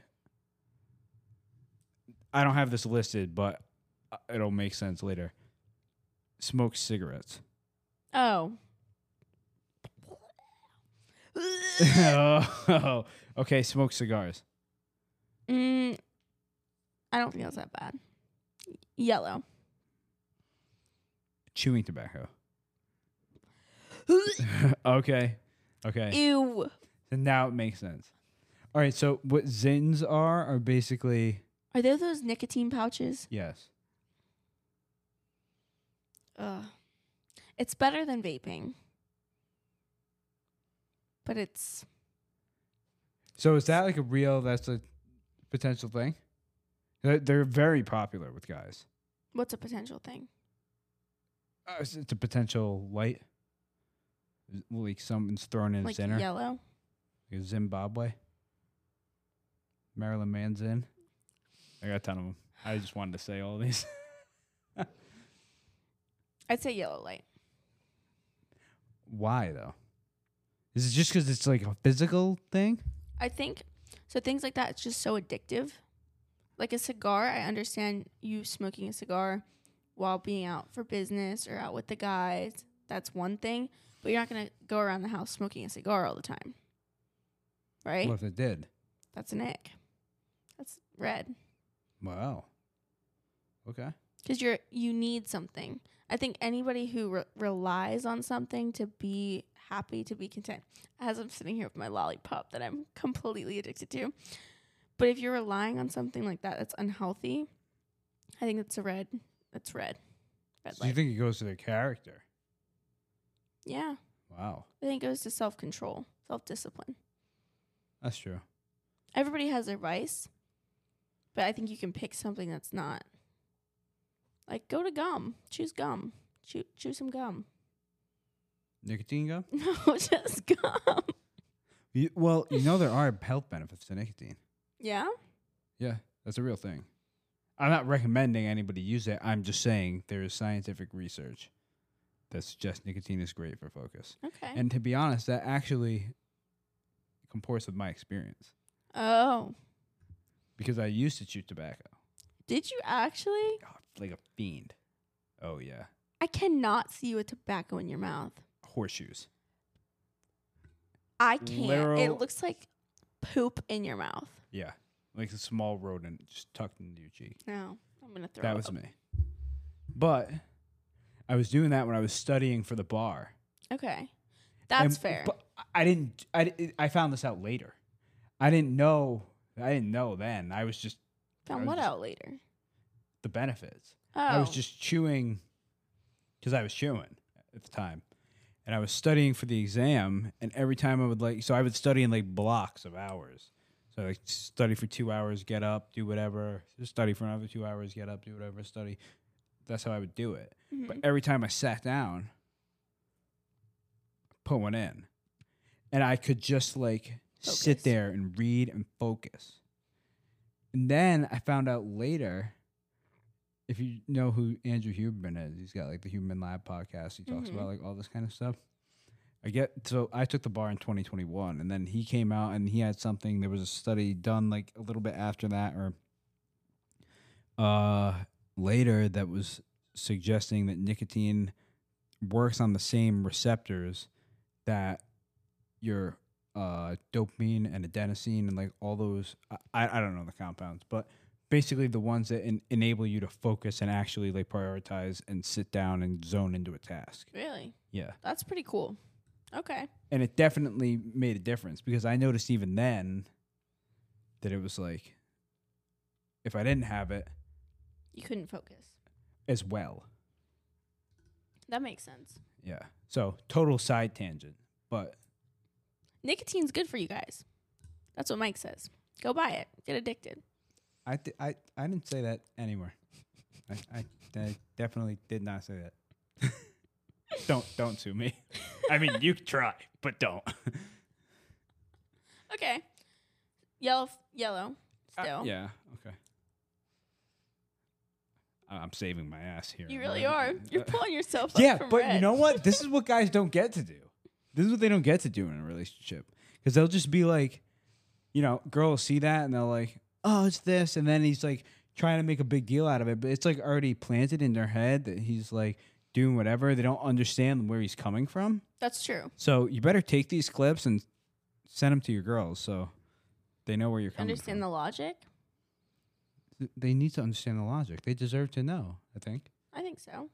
Speaker 1: I don't have this listed, but uh, it'll make sense later. Smoke cigarettes.
Speaker 2: Oh.
Speaker 1: oh, okay. Smoke cigars.
Speaker 2: mm, I don't think that's that bad. Yellow.
Speaker 1: Chewing tobacco. okay. Okay.
Speaker 2: Ew.
Speaker 1: And now it makes sense. All right. So what zins are are basically
Speaker 2: Are there those nicotine pouches?
Speaker 1: yes.
Speaker 2: Ugh. It's better than vaping. But it's
Speaker 1: So is that like a real? That's a potential thing. They're, they're very popular with guys.
Speaker 2: what's a potential thing?
Speaker 1: Uh, it's, it's a potential light. Like someone's thrown in
Speaker 2: like
Speaker 1: center.
Speaker 2: yellow?
Speaker 1: Like Zimbabwe. Marilyn Manzin. I got a ton of them. I just wanted to say all these.
Speaker 2: I'd say yellow light.
Speaker 1: Why though? Is it just because it's like a physical thing?
Speaker 2: I think so. Things like that, it's just so addictive. Like a cigar, I understand you smoking a cigar while being out for business or out with the guys. That's one thing, but you're not gonna go around the house smoking a cigar all the time, right?
Speaker 1: What if it did?
Speaker 2: That's an ick. That's red
Speaker 1: Wow. Okay.
Speaker 2: because you're you need something. I think anybody who re- relies on something to be happy, to be content, as I'm sitting here with my lollipop that I'm completely addicted to. But if you're relying on something like that that's unhealthy, I think that's a red. That's red. Red
Speaker 1: So
Speaker 2: light.
Speaker 1: you think it goes to their character?
Speaker 2: yeah,
Speaker 1: Wow,
Speaker 2: I think it goes to self control, self discipline.
Speaker 1: that's true.
Speaker 2: Everybody has their vice, but I think you can pick something that's not. Like go to gum. Choose gum. Chew, chew some gum.
Speaker 1: Nicotine gum?
Speaker 2: No, just gum.
Speaker 1: You, well, you know there are health benefits to nicotine.
Speaker 2: Yeah.
Speaker 1: Yeah, that's a real thing. I'm not recommending anybody use it. I'm just saying there is scientific research that suggests nicotine is great for focus.
Speaker 2: Okay.
Speaker 1: And to be honest, that actually comports with my experience
Speaker 2: oh,
Speaker 1: because I used to chew tobacco
Speaker 2: did you actually?
Speaker 1: God, uh, like a fiend. Oh yeah,
Speaker 2: I cannot see you with tobacco in your mouth.
Speaker 1: horseshoes.
Speaker 2: I can't. It
Speaker 1: Literal-
Speaker 2: looks like poop in your mouth.
Speaker 1: Yeah, like a small rodent just tucked into your cheek.
Speaker 2: No, I'm gonna throw.
Speaker 1: That was me. But I was doing that when I was studying for the bar.
Speaker 2: okay. That's
Speaker 1: And-
Speaker 2: fair.
Speaker 1: But I didn't. I di- I found this out later. I didn't know. I didn't know then. I was just I
Speaker 2: Found
Speaker 1: was
Speaker 2: what
Speaker 1: just-
Speaker 2: out later?
Speaker 1: the benefits.
Speaker 2: Oh,
Speaker 1: I was just chewing because I was chewing at the time. And I was studying for the exam, and every time I would like, so I would study in like blocks of hours. So like study for two hours, get up, do whatever. Just study for another two hours, get up, do whatever. Study. That's how I would do it.
Speaker 2: Mm-hmm.
Speaker 1: But every time I sat down, put one in, and I could just like sit
Speaker 2: Focus.
Speaker 1: there and read and focus. And then I found out later if you know who Andrew Huberman is, he's got like the Human Lab podcast. He talks
Speaker 2: Mhm.
Speaker 1: about like all this kind of stuff. I get so I took the bar in 2021, and then he came out and he had something. There was a study done like a little bit after that, or uh, later, that was suggesting that nicotine works on the same receptors that your uh, dopamine and adenosine and like all those. I, I I don't know the compounds, but basically the ones that en- enable you to focus and actually like prioritize and sit down and zone into a task.
Speaker 2: Really?
Speaker 1: Yeah.
Speaker 2: That's pretty cool. Okay.
Speaker 1: And it definitely made a difference because I noticed even then that it was like if I didn't have it
Speaker 2: You couldn't focus.
Speaker 1: as well.
Speaker 2: That makes sense.
Speaker 1: Yeah. So total side tangent, but
Speaker 2: Nicotine's good for you guys. That's what Mike says. Go buy it. Get addicted.
Speaker 1: I th- I I didn't say that anywhere. I, I, I definitely did not say that. don't don't sue me. I mean, you try, but don't.
Speaker 2: Okay. Yellow. f- Yellow.
Speaker 1: Uh,
Speaker 2: Still.
Speaker 1: yeah. Okay. I- I'm saving my ass here.
Speaker 2: You
Speaker 1: I'm
Speaker 2: really
Speaker 1: not-
Speaker 2: are. You're
Speaker 1: uh,
Speaker 2: pulling yourself up.
Speaker 1: yeah,
Speaker 2: from
Speaker 1: but you
Speaker 2: red.
Speaker 1: know what? This is what guys don't get to do. This is what they don't get to do in a relationship because they'll just be like, you know, girl will see that and they'll like, oh, it's this, and then he's like trying to make a big deal out of it, but it's like already planted in their head that he's like doing whatever. They don't understand where he's coming from.
Speaker 2: That's true.
Speaker 1: So you better take these clips and send them to your girls so they know where you're coming
Speaker 2: Understand the
Speaker 1: from.
Speaker 2: logic?
Speaker 1: The- they need to understand the logic. They deserve to know. I think.
Speaker 2: I think so.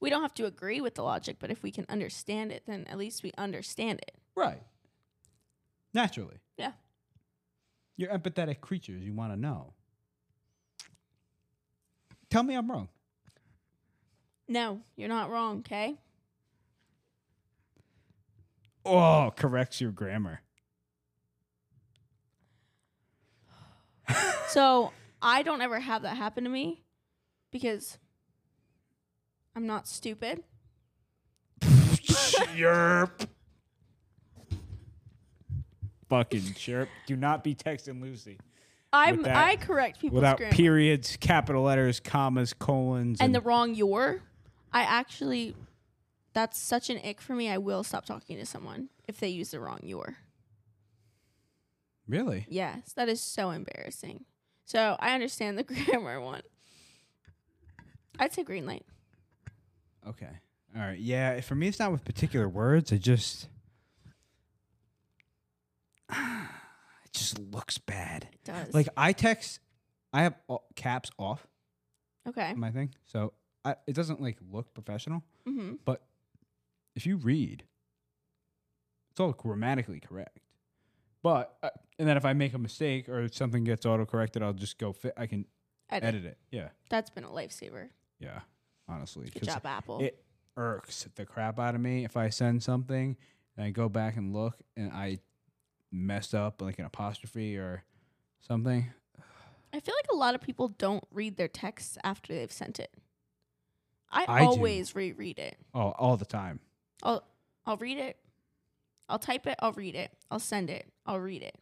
Speaker 2: We don't have to agree with the logic, but if we can understand it, then at least we understand it.
Speaker 1: Right. Naturally.
Speaker 2: Yeah.
Speaker 1: You're empathetic creatures. You want to know. Tell me I'm wrong.
Speaker 2: No, you're not wrong, okay?
Speaker 1: Oh, corrects your grammar.
Speaker 2: So I don't ever have that happen to me because I'm not stupid.
Speaker 1: chirp. Fucking chirp. Do not be texting Lucy
Speaker 2: I'm
Speaker 1: that-
Speaker 2: I correct people's
Speaker 1: without
Speaker 2: grammar
Speaker 1: periods, capital letters, commas, colons,
Speaker 2: and the wrong your. I actually that's such an ick for me. I will stop talking to someone if they use the wrong your.
Speaker 1: really.
Speaker 2: Yes, that is so embarrassing. So I understand the grammar one. I'd say green light.
Speaker 1: Okay. All right. Yeah. For me, it's not with particular words. It just, it just looks bad.
Speaker 2: It does.
Speaker 1: Like I text, I have all caps off
Speaker 2: okay.
Speaker 1: my thing, so I, it doesn't like look professional.
Speaker 2: Mm-hmm.
Speaker 1: But if you read, it's all grammatically correct. But uh, and then if I make a mistake or if something gets autocorrected, I'll just go. Fi- I can
Speaker 2: Edit.
Speaker 1: edit it. Yeah.
Speaker 2: That's been a lifesaver.
Speaker 1: Yeah. Honestly,
Speaker 2: Good
Speaker 1: 'cause
Speaker 2: job, Apple.
Speaker 1: it irks the crap out of me if I send something and I go back and look and I messed up like an apostrophe or something.
Speaker 2: I feel like a lot of people don't read their texts after they've sent it. I,
Speaker 1: I do.
Speaker 2: always reread it.
Speaker 1: Oh, all the time.
Speaker 2: I'll I'll read it. I'll type it. I'll read it. I'll send it. I'll read it.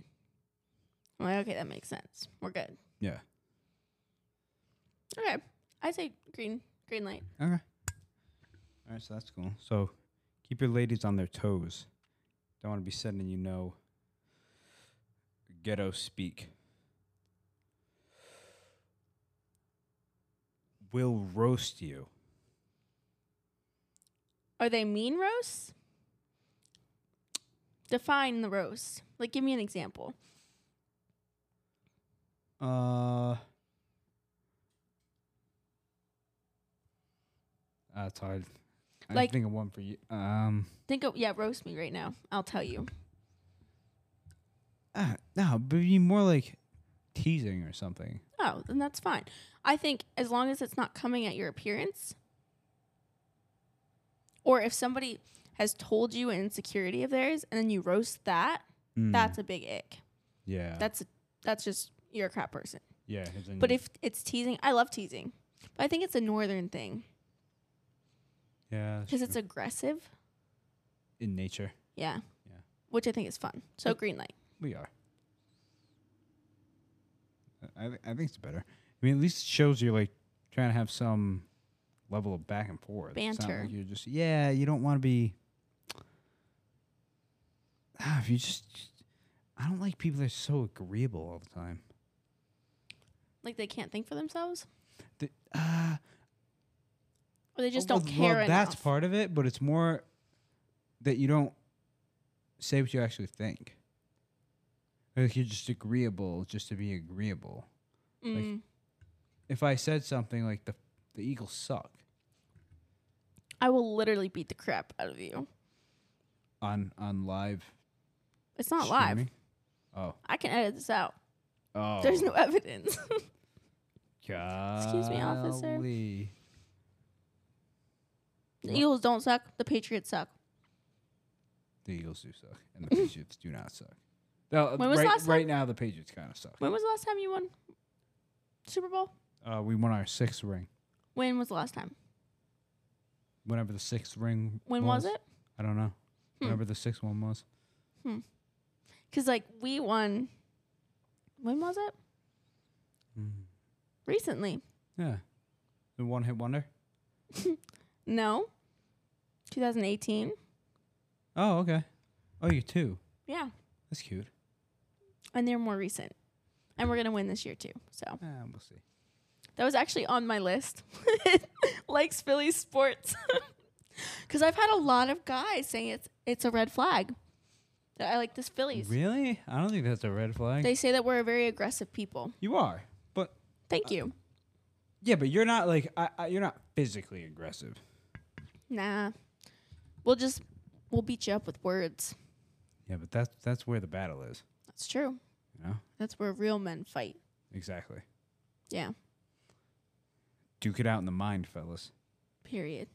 Speaker 2: I'm like, okay, that makes sense. We're good.
Speaker 1: Yeah.
Speaker 2: Okay, I say green green light.
Speaker 1: Okay. All right, so that's cool. So keep your ladies on their toes. Don't want to be sending you no ghetto speak. Will roast you.
Speaker 2: Are they mean roasts? Define the roast. Like, give me an example.
Speaker 1: Uh, that's hard. I
Speaker 2: Like-
Speaker 1: can think of one for you. Um,
Speaker 2: Think of yeah, roast me right now. I'll tell you.
Speaker 1: ah, no, but be more like teasing or something.
Speaker 2: Oh, then that's fine. I think as long as it's not coming at your appearance, or if somebody has told you an insecurity of theirs and then you roast that,
Speaker 1: Hmm.
Speaker 2: that's a big ick.
Speaker 1: Mm, yeah,
Speaker 2: That's that's just you're a crap person.
Speaker 1: yeah. 'cause then
Speaker 2: But
Speaker 1: you-
Speaker 2: if it's teasing, I love teasing, but I think it's a northern thing
Speaker 1: yeah, that's
Speaker 2: because it's
Speaker 1: true.
Speaker 2: aggressive.
Speaker 1: in nature,
Speaker 2: Yeah.
Speaker 1: Yeah.
Speaker 2: Which I think is fun. So green light.
Speaker 1: we are. I I thi- I think it's better. I mean, at least it shows you're like trying to have some level of back and forth. It's not
Speaker 2: Banter.
Speaker 1: like you're just yeah. You don't want to be. Ah, if you just, I don't like people that are so agreeable all the time.
Speaker 2: Like they can't think for themselves,
Speaker 1: The, uh,
Speaker 2: or they just
Speaker 1: well,
Speaker 2: don't
Speaker 1: Oh, well,
Speaker 2: care
Speaker 1: that's
Speaker 2: enough.
Speaker 1: part of it, but it's more that you don't say what you actually think. Like you're just agreeable, just to be agreeable.
Speaker 2: Mm.
Speaker 1: If I said something like the the Eagles suck
Speaker 2: I will literally beat the crap out of you.
Speaker 1: on on live,
Speaker 2: It's not live.
Speaker 1: streaming- Oh,
Speaker 2: I can edit this out.
Speaker 1: oh,
Speaker 2: There's no evidence.
Speaker 1: Excuse
Speaker 2: me, officer.
Speaker 1: What?
Speaker 2: the Eagles don't suck. The Patriots suck.
Speaker 1: The Eagles do suck, and the Patriots do not suck. No,
Speaker 2: When was
Speaker 1: right,
Speaker 2: last time-
Speaker 1: right now the Patriots kind of suck.
Speaker 2: When was the last time you won Super Bowl?
Speaker 1: Uh, we won our sixth ring.
Speaker 2: When was the last time?
Speaker 1: Whenever the sixth ring.
Speaker 2: When was, it? Hmm.
Speaker 1: I don't know. Whenever the sixth one was.
Speaker 2: Because like we won. When was it? Recently.
Speaker 1: Yeah. The one hit wonder.
Speaker 2: No. 2018.
Speaker 1: Oh, okay. Oh, you're two.
Speaker 2: Yeah,
Speaker 1: That's cute.
Speaker 2: and they're more recent. And we're gonna win this year too. So
Speaker 1: Ah, we'll see.
Speaker 2: that was actually on my list. Likes Philly sports. Because I've had a lot of guys saying it's it's a red flag that I like this Phillies.
Speaker 1: Really? I don't think that's a red flag.
Speaker 2: They say that we're a very aggressive people.
Speaker 1: you are, but
Speaker 2: Thank you.
Speaker 1: yeah, but you're not like I, I, you're not physically aggressive.
Speaker 2: Nah, we'll just we'll beat you up with words.
Speaker 1: Yeah, but that's that's where the battle is.
Speaker 2: That's true.
Speaker 1: You know
Speaker 2: That's where real men fight.
Speaker 1: exactly.
Speaker 2: Yeah.
Speaker 1: Duke it out in the mind, fellas.
Speaker 2: Period.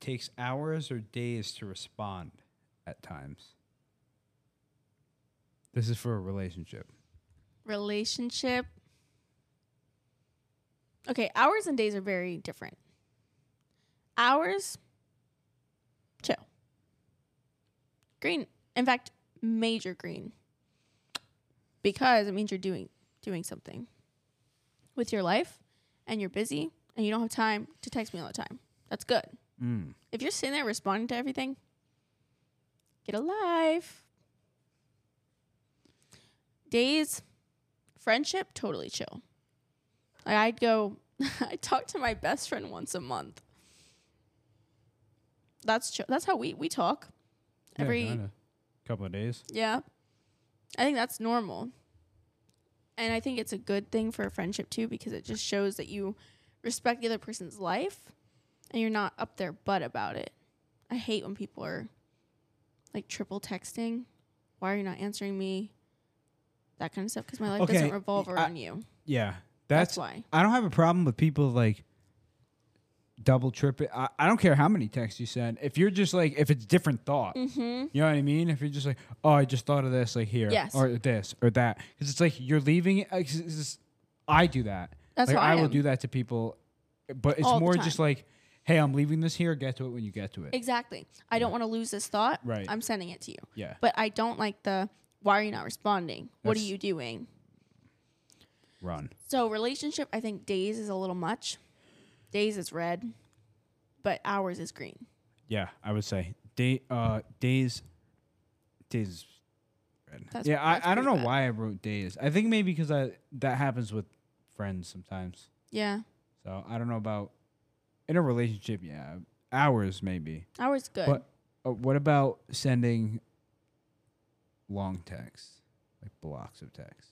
Speaker 1: Takes hours or days to respond at times. This is for a relationship.
Speaker 2: Relationship. Okay, hours and days are very different. Hours. Chill. Green. In fact, major green. Because it means you're doing doing something with your life and you're busy and you don't have time to text me all the time. That's good.
Speaker 1: Mm.
Speaker 2: If you're sitting there responding to everything, get a life. Days, friendship, totally chill. Like I'd go, I talk to my best friend once a month. That's chill. That's how we we talk. Every
Speaker 1: yeah, kinda. couple of days.
Speaker 2: yeah. I think that's normal. And I think it's a good thing for a friendship too because it just shows that you respect the other person's life and you're not up their butt about it. I hate when people are like triple texting. Why are you not answering me? That kind of stuff because my life doesn't
Speaker 1: Okay,
Speaker 2: revolve
Speaker 1: I-
Speaker 2: around you.
Speaker 1: Yeah,
Speaker 2: That's, why.
Speaker 1: I don't have a problem with people like double tripping. I, I don't care how many texts you send. If you're just like, if it's different thought,
Speaker 2: Mm-hmm.
Speaker 1: you know what I mean? If you're just like, oh, I just thought of this, like here,
Speaker 2: Yes.
Speaker 1: or this, or that. Because it's like you're leaving it. like, 'cause it's just- I do that.
Speaker 2: That's
Speaker 1: like,
Speaker 2: how I
Speaker 1: will
Speaker 2: am.
Speaker 1: do that to people. But it's
Speaker 2: All the
Speaker 1: more
Speaker 2: time.
Speaker 1: just like, hey, I'm leaving this here. Get to it when you get to it.
Speaker 2: Exactly. I don't want to lose this thought.
Speaker 1: Right.
Speaker 2: I'm sending it to you.
Speaker 1: yeah.
Speaker 2: But I don't like the why are you not responding? what are
Speaker 1: That's-
Speaker 2: you doing?
Speaker 1: Run.
Speaker 2: So relationship, I think days is a little much. Days is red, but hours is green.
Speaker 1: Yeah, I would say day uh days days is red.
Speaker 2: That's-
Speaker 1: yeah,
Speaker 2: that's
Speaker 1: I, I don't know
Speaker 2: pretty bad.
Speaker 1: why I wrote days. I think maybe because I that happens with friends sometimes.
Speaker 2: Yeah,
Speaker 1: So I don't know about in a relationship. Yeah, hours maybe.
Speaker 2: hours good.
Speaker 1: But uh, what about sending long texts, like blocks of text?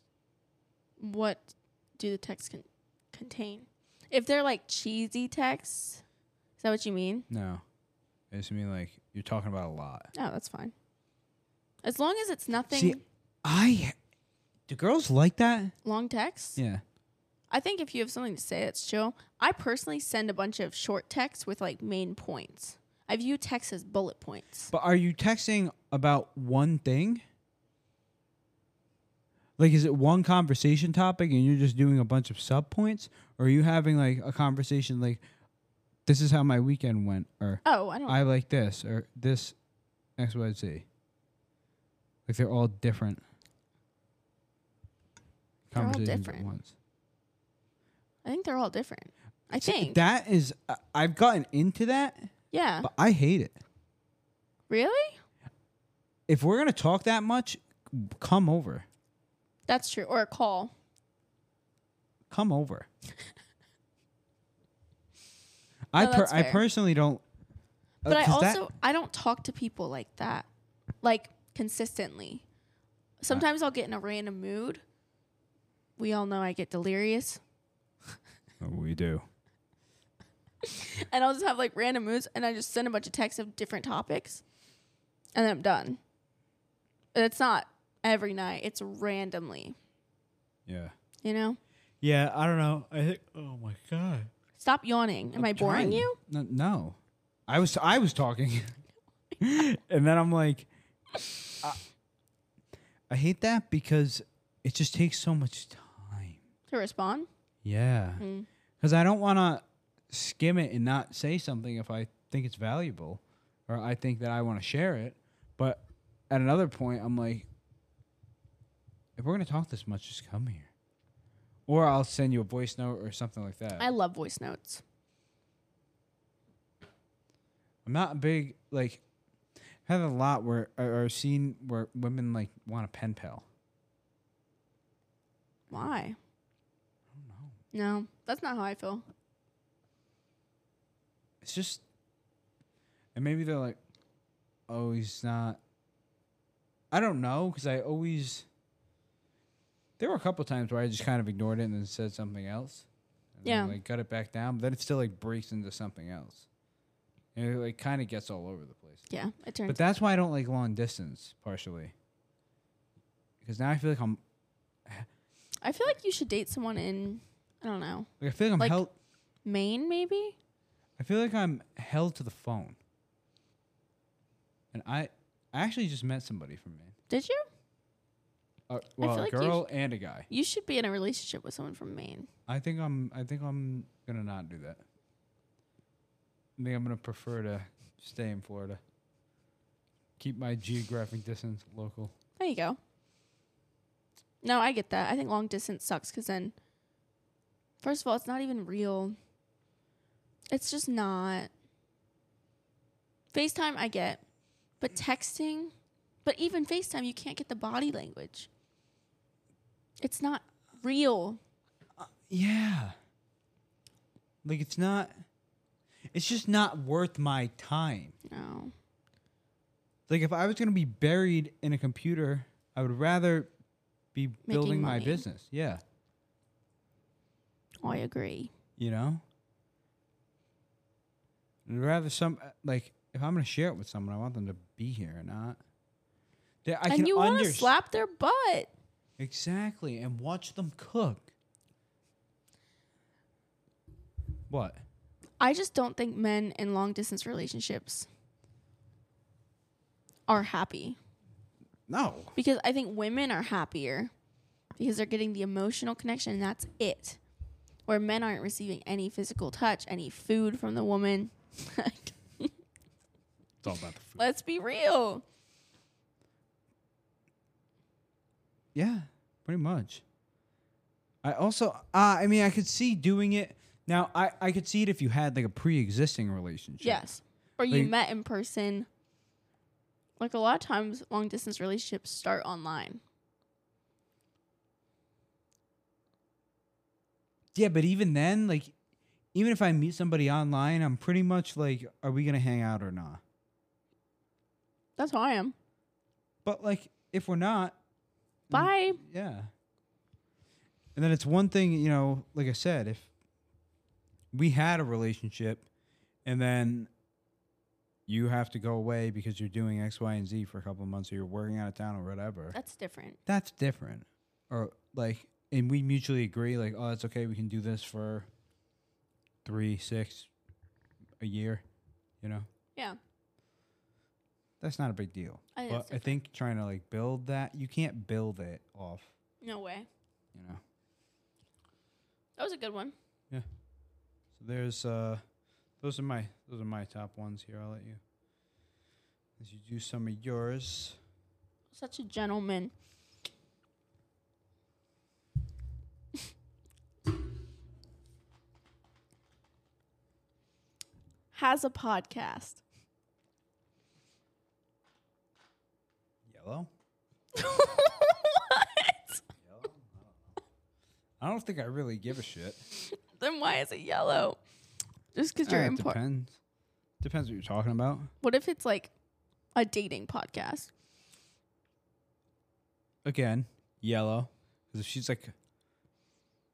Speaker 2: what do the texts con- contain? If they're like cheesy texts, is that what you mean?
Speaker 1: No, I just mean like you're talking about a lot.
Speaker 2: No, Oh, that's fine. As long as it's nothing
Speaker 1: See, I do girls like that?
Speaker 2: long texts.
Speaker 1: Yeah.
Speaker 2: I think if you have something to say, it's chill. I personally send a bunch of short texts with like main points. I view texts as bullet points.
Speaker 1: But are you texting about one thing? Like, is it one conversation topic and you're just doing a bunch of sub points? Or are you having like a conversation like, this is how my weekend went? Or
Speaker 2: Oh, I don't.
Speaker 1: I like this? Or this X, Y, Z? Like, they're all different
Speaker 2: They're all
Speaker 1: conversations
Speaker 2: different.
Speaker 1: at once.
Speaker 2: I think they're all different. I
Speaker 1: See,
Speaker 2: think.
Speaker 1: that is, I- I've gotten into that,
Speaker 2: yeah.
Speaker 1: but I hate it.
Speaker 2: Really?
Speaker 1: If we're going to talk that much, come over.
Speaker 2: That's true. Or a call.
Speaker 1: come over. I
Speaker 2: No,
Speaker 1: per-
Speaker 2: that's
Speaker 1: I
Speaker 2: fair. Oh,
Speaker 1: personally don't. uh,
Speaker 2: But I
Speaker 1: Oh, 'cause
Speaker 2: also
Speaker 1: that-
Speaker 2: I don't talk to people like that. like consistently. Sometimes I'll get in a random mood. We all know I get delirious.
Speaker 1: Oh, we do.
Speaker 2: and I'll just have like random moods, and I just send a bunch of texts of different topics, and then I'm done. And It's not every night; it's randomly.
Speaker 1: Yeah.
Speaker 2: You know.
Speaker 1: Yeah, I don't know. I think. Oh my god.
Speaker 2: Stop yawning. Am i boring
Speaker 1: trying.
Speaker 2: you?
Speaker 1: No, no. I was I was talking, and then I'm like, I, I hate that because it just takes so much time.
Speaker 2: To respond?
Speaker 1: Yeah,
Speaker 2: Mm-hmm.
Speaker 1: because I don't want to skim it and not say something if I think it's valuable, or I think that I want to share it. But at another point, I'm like, if we're gonna talk this much, just come here, or I'll send you a voice note or something like that.
Speaker 2: I love voice notes.
Speaker 1: I'm not a big like. I've had a lot where or or seen where women like want a pen pal.
Speaker 2: Why? I don't know. No, that's not how I feel.
Speaker 1: It's just, and maybe they're like, oh, he's not. I don't know because I always. There were a couple times where I just kind of ignored it and then said something else. And then,
Speaker 2: Yeah.
Speaker 1: like got it back down, but then it still like breaks into something else. And it like kind of gets all over the place.
Speaker 2: Yeah, it turns.
Speaker 1: But that's why I don't like long distance, partially. Because now I feel like I'm
Speaker 2: I feel like you should date someone in, I don't know,
Speaker 1: like I feel like I'm
Speaker 2: Like-
Speaker 1: held
Speaker 2: Maine maybe.
Speaker 1: I feel like I'm held to the phone. And I, I actually just met somebody from Maine.
Speaker 2: Did you?
Speaker 1: Uh, well,
Speaker 2: feel
Speaker 1: a
Speaker 2: like you sh-
Speaker 1: girl and a guy.
Speaker 2: You should be in a relationship with someone from Maine.
Speaker 1: I think I'm. I think I'm gonna not do that. I think I'm gonna prefer to stay in Florida. Keep my geographic distance local.
Speaker 2: There you go. No, I get that. I think long distance sucks because then, first of all, it's not even real. It's just not. FaceTime, I get. But texting, but even FaceTime, you can't get the body language. It's not real.
Speaker 1: Yeah. Like it's not. It's just not worth my time.
Speaker 2: No.
Speaker 1: Like if I was gonna be buried in a computer, I would rather be building my
Speaker 2: money.
Speaker 1: business. Yeah.
Speaker 2: I agree.
Speaker 1: You know? I'd rather some like if I'm gonna share it with someone, I want them to be here or not. That I
Speaker 2: and
Speaker 1: can
Speaker 2: you want to
Speaker 1: underst-
Speaker 2: slap their butt.
Speaker 1: Exactly, and watch them cook. What?
Speaker 2: I just don't think men in long distance relationships are happy.
Speaker 1: No.
Speaker 2: because I think women are happier because they're getting the emotional connection and that's it. Where men aren't receiving any physical touch, any food from the woman.
Speaker 1: It's all about the food.
Speaker 2: Let's be real.
Speaker 1: Yeah, pretty much. I also, uh, I mean, I could see doing it. Now, I, I could see it if you had like a pre existing relationship.
Speaker 2: Yes. Or you
Speaker 1: Like-
Speaker 2: met in person. Like a lot of times long distance relationships start online.
Speaker 1: Yeah, but even then, like, even if I meet somebody online, I'm pretty much like, are we gonna hang out or not?
Speaker 2: That's how I am.
Speaker 1: Mm. But like, if we're not,
Speaker 2: Bye.
Speaker 1: yeah. And then it's one thing, you know, like I said, if we had a relationship, and then you have to go away because you're doing X, Y, and Z for a couple of months, or you're working out of town or whatever.
Speaker 2: That's different.
Speaker 1: that's different. Or like, and we mutually agree, like, oh, that's okay. We can do this for three, six, a year. You know,
Speaker 2: Yeah.
Speaker 1: that's not a big deal.
Speaker 2: I think
Speaker 1: but
Speaker 2: that's
Speaker 1: I think trying to like build that, you can't build it off.
Speaker 2: No way.
Speaker 1: You know,
Speaker 2: That was a good one.
Speaker 1: so there's uh, those are my those are my top ones here. I'll let you as you do some of yours.
Speaker 2: Such a gentleman. Has a podcast.
Speaker 1: Yellow.
Speaker 2: what?
Speaker 1: I don't think I really give a shit.
Speaker 2: Then why is it yellow? Just because you're
Speaker 1: Uh, it
Speaker 2: important.
Speaker 1: depends. Depends what you're talking about.
Speaker 2: What if it's like a dating podcast?
Speaker 1: again yellow because she's like,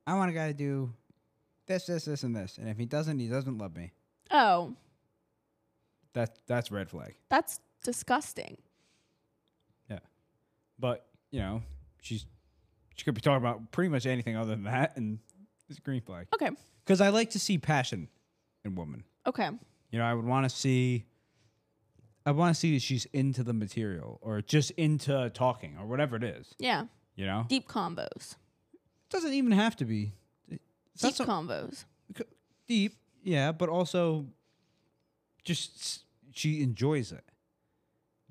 Speaker 1: I want a guy to do this, this, this, and this, and if he doesn't, he doesn't love me.
Speaker 2: Oh,
Speaker 1: That that's red flag.
Speaker 2: that's disgusting.
Speaker 1: But you know, she's she could be talking about pretty much anything other than that, and it's a green flag.
Speaker 2: Okay.
Speaker 1: Because I like to see passion in women.
Speaker 2: Okay.
Speaker 1: You know, I would want to see. I want to see that she's into the material or just into talking or whatever it is.
Speaker 2: Yeah.
Speaker 1: You know,
Speaker 2: Deep combos.
Speaker 1: it doesn't even have to be it's not
Speaker 2: Deep
Speaker 1: so-
Speaker 2: combos.
Speaker 1: deep. Yeah, but also, just s- she enjoys it.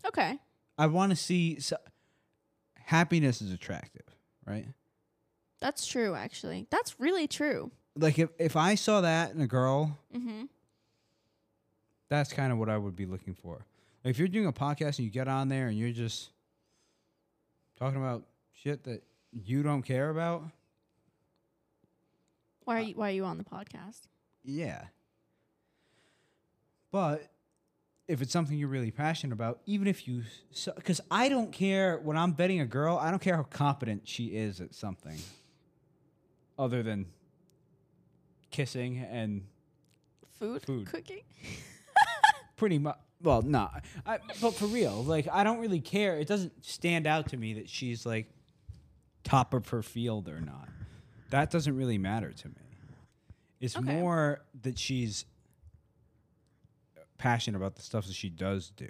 Speaker 2: Okay.
Speaker 1: I want to see so, happiness is attractive, right?
Speaker 2: That's true, actually. That's really true.
Speaker 1: Like if if I saw that in a girl,
Speaker 2: Mm-hmm.
Speaker 1: that's kind of what I would be looking for. Like if you're doing a podcast and you get on there and you're just talking about shit that you don't care about,
Speaker 2: Why are you Why are you on the podcast?
Speaker 1: yeah. But if it's something you're really passionate about, even if you, because I don't care when I'm betting a girl, I don't care how competent she is at something, other than kissing and
Speaker 2: Food,
Speaker 1: Food.
Speaker 2: cooking.
Speaker 1: pretty much. Well, no, I, but for real, like I don't really care. It doesn't stand out to me that she's like top of her field or not. That doesn't really matter to me. It's
Speaker 2: Okay.
Speaker 1: more that she's passionate about the stuff that she does do.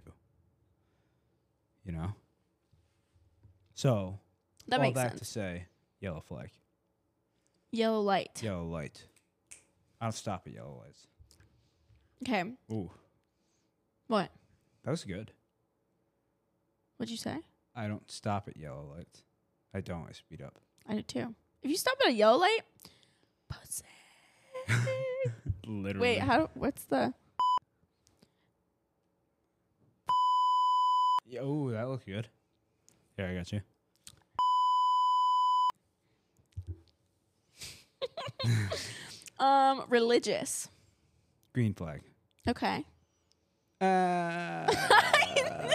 Speaker 1: You know. So
Speaker 2: That
Speaker 1: all
Speaker 2: makes
Speaker 1: that to
Speaker 2: sense.
Speaker 1: say, yellow flag,
Speaker 2: Yellow light.
Speaker 1: yellow light. I'll stop at yellow lights.
Speaker 2: Okay.
Speaker 1: Ooh,
Speaker 2: What?
Speaker 1: that was good.
Speaker 2: What'd you say?
Speaker 1: I don't stop at yellow lights. I don't. I speed up.
Speaker 2: I do too. If you stop at a yellow light, pussy.
Speaker 1: Literally.
Speaker 2: Wait, how? What's the?
Speaker 1: Yeah, oh, that looks good. Yeah, I got you.
Speaker 2: Um, religious.
Speaker 1: Green flag.
Speaker 2: Okay.
Speaker 1: Uh,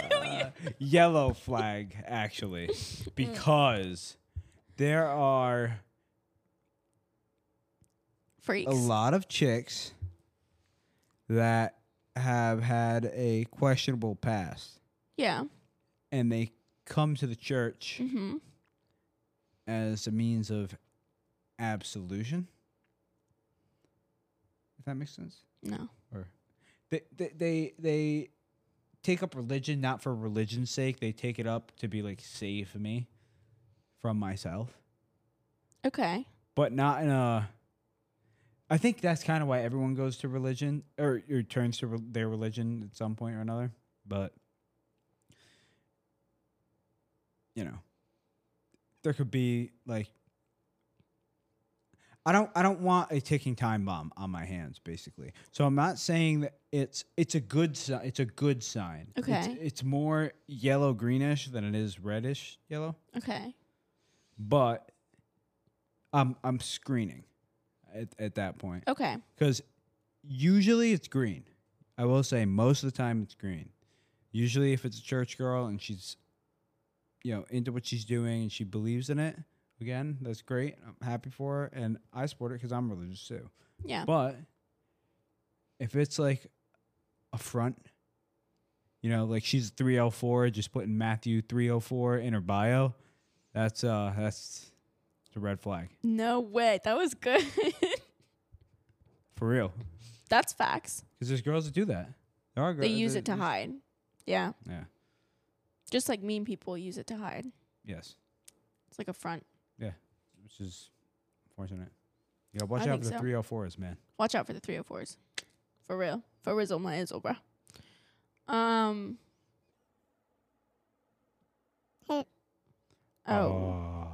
Speaker 1: yellow flag, actually, because there are
Speaker 2: Freaks.
Speaker 1: a lot of chicks that have had a questionable past,
Speaker 2: Yeah.
Speaker 1: and they come to the church
Speaker 2: Mm-hmm.
Speaker 1: as a means of absolution. If that makes sense.
Speaker 2: No.
Speaker 1: or they they they, they take up religion not for religion's sake. They take it up to be like save me from myself,
Speaker 2: Okay.
Speaker 1: but not in a. I think that's kind of why everyone goes to religion or, or turns to re- their religion at some point or another. But you know, there could be like. I don't I don't want a ticking time bomb on my hands basically. So I'm not saying that it's it's a good sign. It's a good sign. It's,
Speaker 2: Okay.
Speaker 1: it's more yellow greenish than it is reddish yellow,
Speaker 2: Okay.
Speaker 1: but I'm I'm screening at, at that point
Speaker 2: Okay.
Speaker 1: because usually it's green. I will say most of the time it's green. Usually, if it's a church girl and she's, you know, into what she's doing and she believes in it, again, that's great. I'm happy for her, and I support it because I'm religious too.
Speaker 2: Yeah.
Speaker 1: But if it's like a front, you know, like she's 304, just putting Matthew 304 in her bio, that's uh, that's it's a red flag
Speaker 2: No way. That was good.
Speaker 1: for real.
Speaker 2: That's facts.
Speaker 1: Because there's girls that do that. There are girls
Speaker 2: They use it to hide. Yeah.
Speaker 1: Yeah.
Speaker 2: Just like mean people use it to hide.
Speaker 1: Yes.
Speaker 2: It's like a front.
Speaker 1: Which is fortunate. Yeah, watch out
Speaker 2: think
Speaker 1: for the
Speaker 2: so.
Speaker 1: 304s, man.
Speaker 2: Watch out for the 304s. For real. For Rizzle, my Izzle, bro. Um.
Speaker 3: Hey.
Speaker 1: Uh.
Speaker 2: Oh.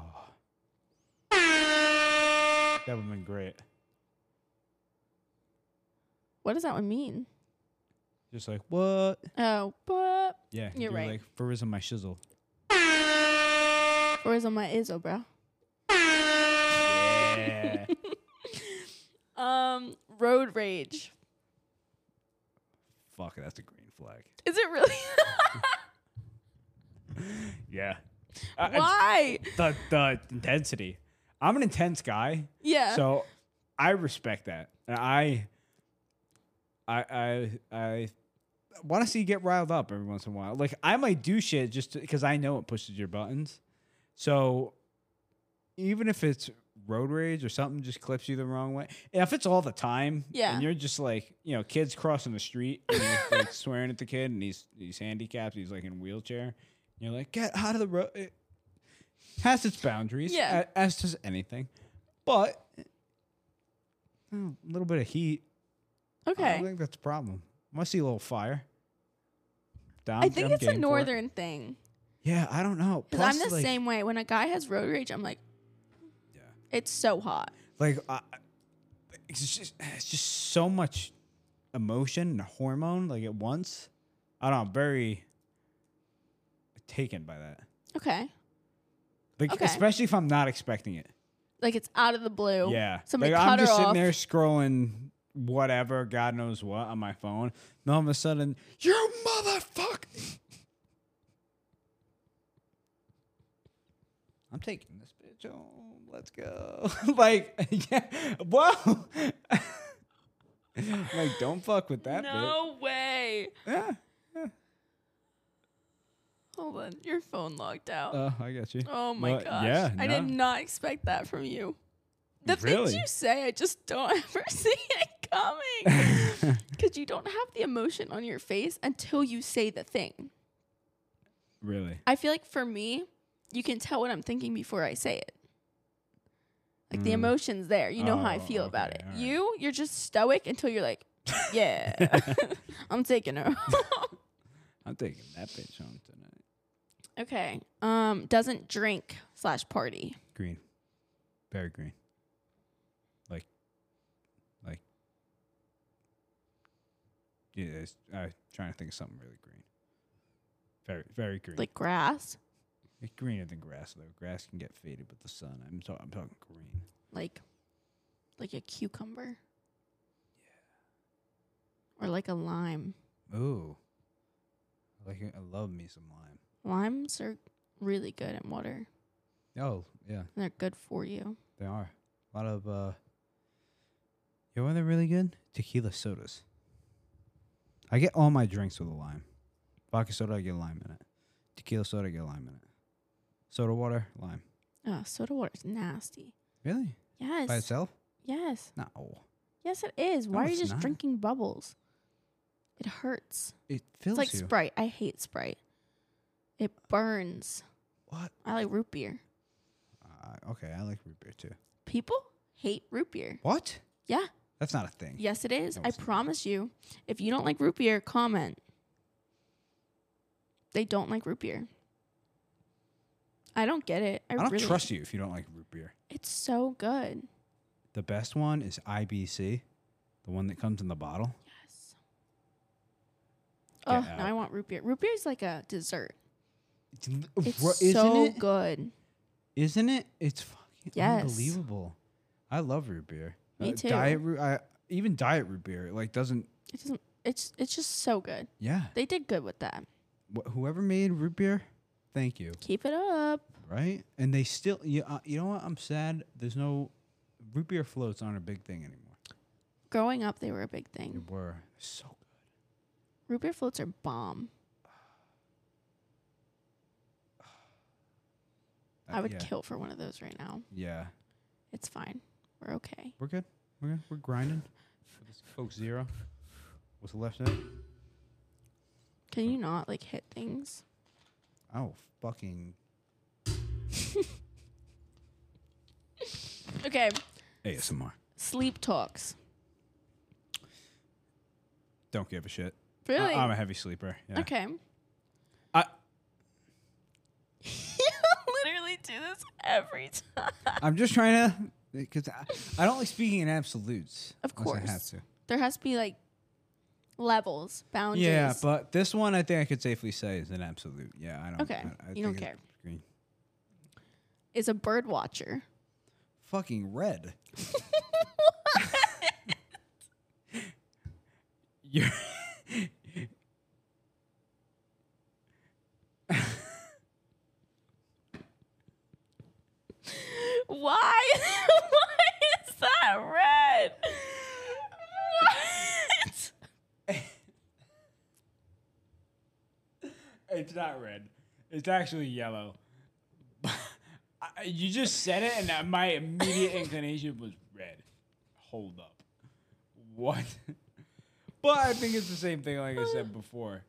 Speaker 1: That would have been great.
Speaker 2: What does that one mean?
Speaker 1: Just like, what?
Speaker 2: Oh, but
Speaker 1: Yeah.
Speaker 2: You're
Speaker 1: do
Speaker 2: right.
Speaker 1: Like, for Riz and my shizzle.
Speaker 2: for Rizzle, my Izzle, bro.
Speaker 1: Yeah.
Speaker 2: Um, road rage.
Speaker 1: Fuck, that's a green flag.
Speaker 2: Is it really?
Speaker 1: Yeah. Uh, it's
Speaker 2: Why?
Speaker 1: The the intensity. I'm an intense guy,
Speaker 2: Yeah.
Speaker 1: so I respect that, and I, I, I, I want to see you get riled up every once in a while. Like I might do shit just because I know it pushes your buttons. So even if it's road rage or something just clips you the wrong way, and if it's all the time,
Speaker 2: Yeah.
Speaker 1: and you're just like you know kids crossing the street and you're like swearing at the kid, and he's he's handicapped, he's like in a wheelchair. and You're like get out of the road. It has its boundaries,
Speaker 2: Yeah.
Speaker 1: a- as does anything, but. oh, A little bit of heat. I
Speaker 2: okay.
Speaker 1: don't think that's a problem. I see a little fire. Dom,
Speaker 2: I think
Speaker 1: I'm
Speaker 2: it's
Speaker 1: game
Speaker 2: a
Speaker 1: for it.
Speaker 2: northern thing.
Speaker 1: Yeah, I don't know.
Speaker 2: Because I'm
Speaker 1: Plus,
Speaker 2: the
Speaker 1: like-
Speaker 2: same way. When a guy has road rage, I'm like, it's so hot.
Speaker 1: Like, I it's just it's just so much emotion and hormone like at once. I don't know. I'm very taken by that.
Speaker 2: Okay.
Speaker 1: Like,
Speaker 2: Okay.
Speaker 1: especially if I'm not expecting it.
Speaker 2: Like it's out of the blue.
Speaker 1: Yeah.
Speaker 2: Somebody
Speaker 1: like,
Speaker 2: cut
Speaker 1: I'm just
Speaker 2: her
Speaker 1: sitting
Speaker 2: off.
Speaker 1: there scrolling whatever, God knows what, on my phone. And all of a sudden, you motherfucker. I'm taking this bitch home. Let's go. like, yeah. Whoa. like, don't fuck with that bitch.
Speaker 2: no way.
Speaker 1: Yeah.
Speaker 2: Hold on. Your phone logged out.
Speaker 1: Oh, I got you.
Speaker 2: oh my
Speaker 1: Well,
Speaker 2: gosh.
Speaker 1: Yeah.
Speaker 2: I did
Speaker 1: no.
Speaker 2: not expect that from you. The things
Speaker 1: Really?
Speaker 2: you say, I just don't ever see it coming. Because you don't have the emotion on your face until you say the thing.
Speaker 1: Really?
Speaker 2: I feel like for me, you can tell what I'm thinking before I say it. Like the
Speaker 1: Mm.
Speaker 2: emotion's there. You know how I
Speaker 1: Oh,
Speaker 2: feel about
Speaker 1: okay,
Speaker 2: it.
Speaker 1: alright.
Speaker 2: You, you're just stoic until you're like, yeah, I'm taking her.
Speaker 1: I'm taking that bitch home tonight.
Speaker 2: okay. Um, doesn't drink slash party.
Speaker 1: Green. Very green. Like, like. Yeah, it's, I'm trying to think of something really green. Very, very green.
Speaker 2: Like grass.
Speaker 1: It's greener than grass, though. Grass can get faded with the sun. I'm, ta- I'm talking green.
Speaker 2: Like, like a cucumber. Or like a lime.
Speaker 1: Ooh. Like, I love me some lime.
Speaker 2: Limes are really good in water.
Speaker 1: Oh, yeah,
Speaker 2: And they're good for you.
Speaker 1: they are. A lot of, uh, you know when they're really good? Tequila sodas. I get all my drinks with a lime. Vodka soda, I get a lime in it. Tequila soda, I get a lime in it. Soda water, lime.
Speaker 2: Oh, soda water's nasty.
Speaker 1: Really?
Speaker 2: Yes.
Speaker 1: By itself?
Speaker 2: Yes.
Speaker 1: No.
Speaker 2: Yes, it is. Why are you
Speaker 1: it's
Speaker 2: just
Speaker 1: not.
Speaker 2: drinking bubbles? It hurts.
Speaker 1: It
Speaker 2: It's
Speaker 1: fills
Speaker 2: like
Speaker 1: you.
Speaker 2: Sprite. I hate Sprite. It burns.
Speaker 1: what?
Speaker 2: I like root beer.
Speaker 1: Uh, okay, I like root beer too.
Speaker 2: People hate root beer.
Speaker 1: What?
Speaker 2: Yeah.
Speaker 1: That's not a thing.
Speaker 2: Yes, it is.
Speaker 1: No,
Speaker 2: I
Speaker 1: it's not.
Speaker 2: promise you. If you don't like root beer, comment. They don't like root beer. I don't get it. I,
Speaker 1: I don't
Speaker 2: really,
Speaker 1: trust you if you don't like root beer.
Speaker 2: It's so good.
Speaker 1: The best one is IBC, the one that comes in the bottle.
Speaker 2: Yes. Oh,
Speaker 1: out.
Speaker 2: now I want root beer. Root beer is like a dessert.
Speaker 1: It's, l-
Speaker 2: It's
Speaker 1: ru-
Speaker 2: so
Speaker 1: it?
Speaker 2: good.
Speaker 1: Isn't it? It's fucking
Speaker 2: Yes.
Speaker 1: unbelievable. I love root beer. Uh,
Speaker 2: Me too.
Speaker 1: Diet root. I even diet root beer. Like doesn't.
Speaker 2: It doesn't. It's it's just so good.
Speaker 1: Yeah.
Speaker 2: They did good with that.
Speaker 1: Wh- whoever made root beer, thank you.
Speaker 2: Keep it up.
Speaker 1: Right? And they still. You, uh, you know what? I'm sad. There's no root beer floats aren't a big thing anymore.
Speaker 2: Growing up, they were a big
Speaker 1: They
Speaker 2: thing.
Speaker 1: were so good.
Speaker 2: Root beer floats are bomb.
Speaker 1: Uh,
Speaker 2: I would
Speaker 1: yeah.
Speaker 2: kill for one of those right now.
Speaker 1: Yeah.
Speaker 2: It's fine. We're okay.
Speaker 1: We're good. We're good. We're grinding. For this Coke Zero. What's the left hand?
Speaker 2: Can you not like hit things?
Speaker 1: Oh fucking.
Speaker 2: Okay.
Speaker 1: ASMR.
Speaker 2: Sleep talks.
Speaker 1: Uh, Don't give a shit.
Speaker 2: Really?
Speaker 1: I, am a heavy sleeper. Yeah.
Speaker 2: Okay.
Speaker 1: I,
Speaker 2: you literally do this every time.
Speaker 1: I'm just trying to, because I, I don't like speaking in absolutes.
Speaker 2: Of
Speaker 1: unless I have
Speaker 2: course.
Speaker 1: to.
Speaker 2: There has to be like levels, boundaries.
Speaker 1: Yeah, but this one I think I could safely say is an absolute. Yeah, I don't.
Speaker 2: Okay,
Speaker 1: I, I
Speaker 2: you don't
Speaker 1: think it's
Speaker 2: care.
Speaker 1: green.
Speaker 2: is a bird watcher.
Speaker 1: Fucking red. You're.
Speaker 2: Why? Why is that red? What?
Speaker 1: It's not red. It's actually yellow. I- you just said it, and I- my immediate inclination was red. Hold up. What? but I think it's the same thing, like I said before.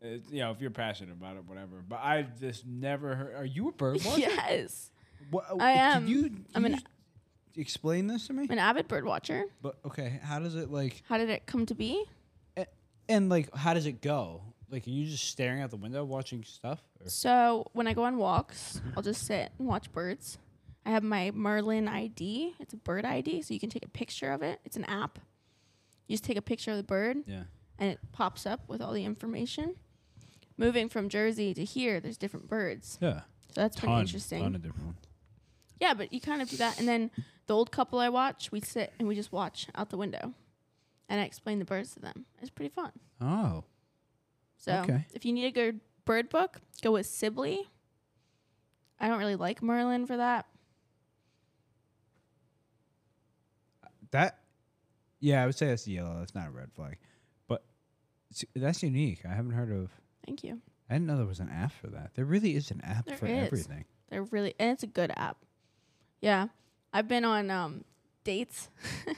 Speaker 1: It's, you know, if you're passionate about it, whatever. But I've just never heard. Are you a bird watcher?
Speaker 2: Yes.
Speaker 9: What,
Speaker 2: I am.
Speaker 9: Can you,
Speaker 2: I'm
Speaker 9: can
Speaker 2: an-
Speaker 9: you explain this to me?
Speaker 2: I'm an avid bird watcher.
Speaker 9: But okay, how does it like?
Speaker 2: How did it come to be?
Speaker 9: a- And like, how does it go? Like, are you just staring out the window watching stuff? Or?
Speaker 2: So when I go on walks, I'll just sit and watch birds. I have my Merlin ID. It's a bird ID, so you can take a picture of it. It's an app. You just take a picture of the bird,
Speaker 9: Yeah.
Speaker 2: and it pops up with all the information. Moving from Jersey to here, there's different birds,
Speaker 9: Yeah.
Speaker 2: so that's pretty interesting.
Speaker 9: different ones.
Speaker 2: Yeah, but you kind of do that. And then the old couple I watch, we sit and we just watch out the window. And I explain the birds to them. It's pretty fun.
Speaker 9: Oh.
Speaker 2: So
Speaker 9: Okay.
Speaker 2: if you need a good bird book, go with Sibley. I don't really like Merlin for that.
Speaker 9: That, yeah, I would say that's yellow. That's not a red flag, but it's, that's unique. I haven't heard of.
Speaker 2: Thank you.
Speaker 9: I didn't know there was an app for that. There really is an app
Speaker 2: There
Speaker 9: for
Speaker 2: is.
Speaker 9: everything.
Speaker 2: They're really and it's a good app. Yeah. I've been on um dates. I've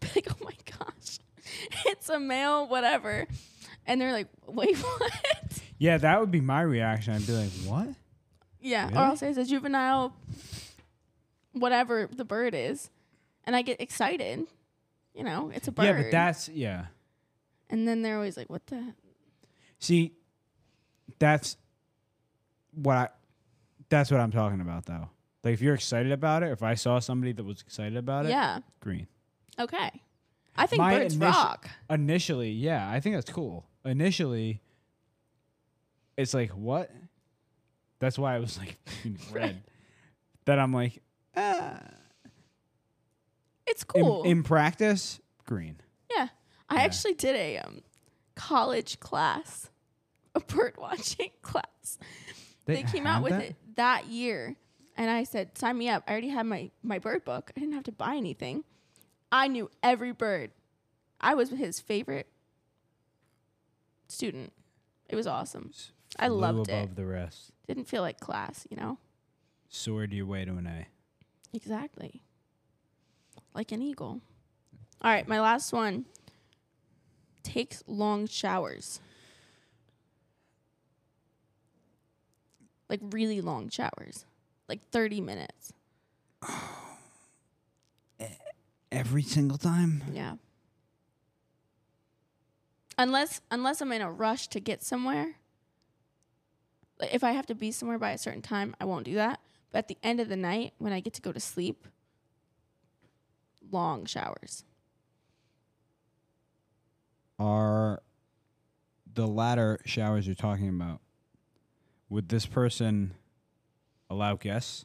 Speaker 2: been like, oh my gosh. It's a male, whatever. And they're like, wait, what?
Speaker 1: Yeah, that would be my reaction. I'd be like, what?
Speaker 2: Yeah, or
Speaker 1: Really?
Speaker 2: I'll say it's a juvenile, whatever the bird is, and I get excited. You know, it's a bird.
Speaker 1: Yeah, but that's, yeah.
Speaker 2: and then they're always like, "What the?"
Speaker 1: See, that's what I that's what I'm talking about though. Like if you're excited about it, if I saw somebody that was excited about it,
Speaker 2: Yeah.
Speaker 1: green.
Speaker 2: Okay. I think
Speaker 1: My
Speaker 2: birds
Speaker 1: initial-
Speaker 2: rock.
Speaker 1: Initially, yeah, I think that's cool. Initially, it's like what? That's why I was like red. that I'm like
Speaker 2: It's
Speaker 1: in-
Speaker 2: Ah, cool.
Speaker 1: in practice, green.
Speaker 2: yeah, I actually did a um, college class, a bird watching class. They, came
Speaker 9: had
Speaker 2: out with
Speaker 9: that?
Speaker 2: it that year, and I said, "Sign me up." I already had my my bird book. I didn't have to buy anything. I knew every bird. I was his favorite student. It was awesome. I
Speaker 9: Flew
Speaker 2: loved
Speaker 9: above
Speaker 2: it.
Speaker 9: the rest.
Speaker 2: Didn't feel like class, you know.
Speaker 9: Soared your way to an A.
Speaker 2: Exactly. Like an eagle. All right, my last one. Takes long showers. Like really long showers. Like 30 minutes.
Speaker 9: Every single time.
Speaker 2: Yeah. Unless unless I'm in a rush to get somewhere. Like if I have to be somewhere by a certain time, I won't do that. But at the end of the night when I get to go to sleep, long showers.
Speaker 1: are the latter showers you're talking about would this person allow guests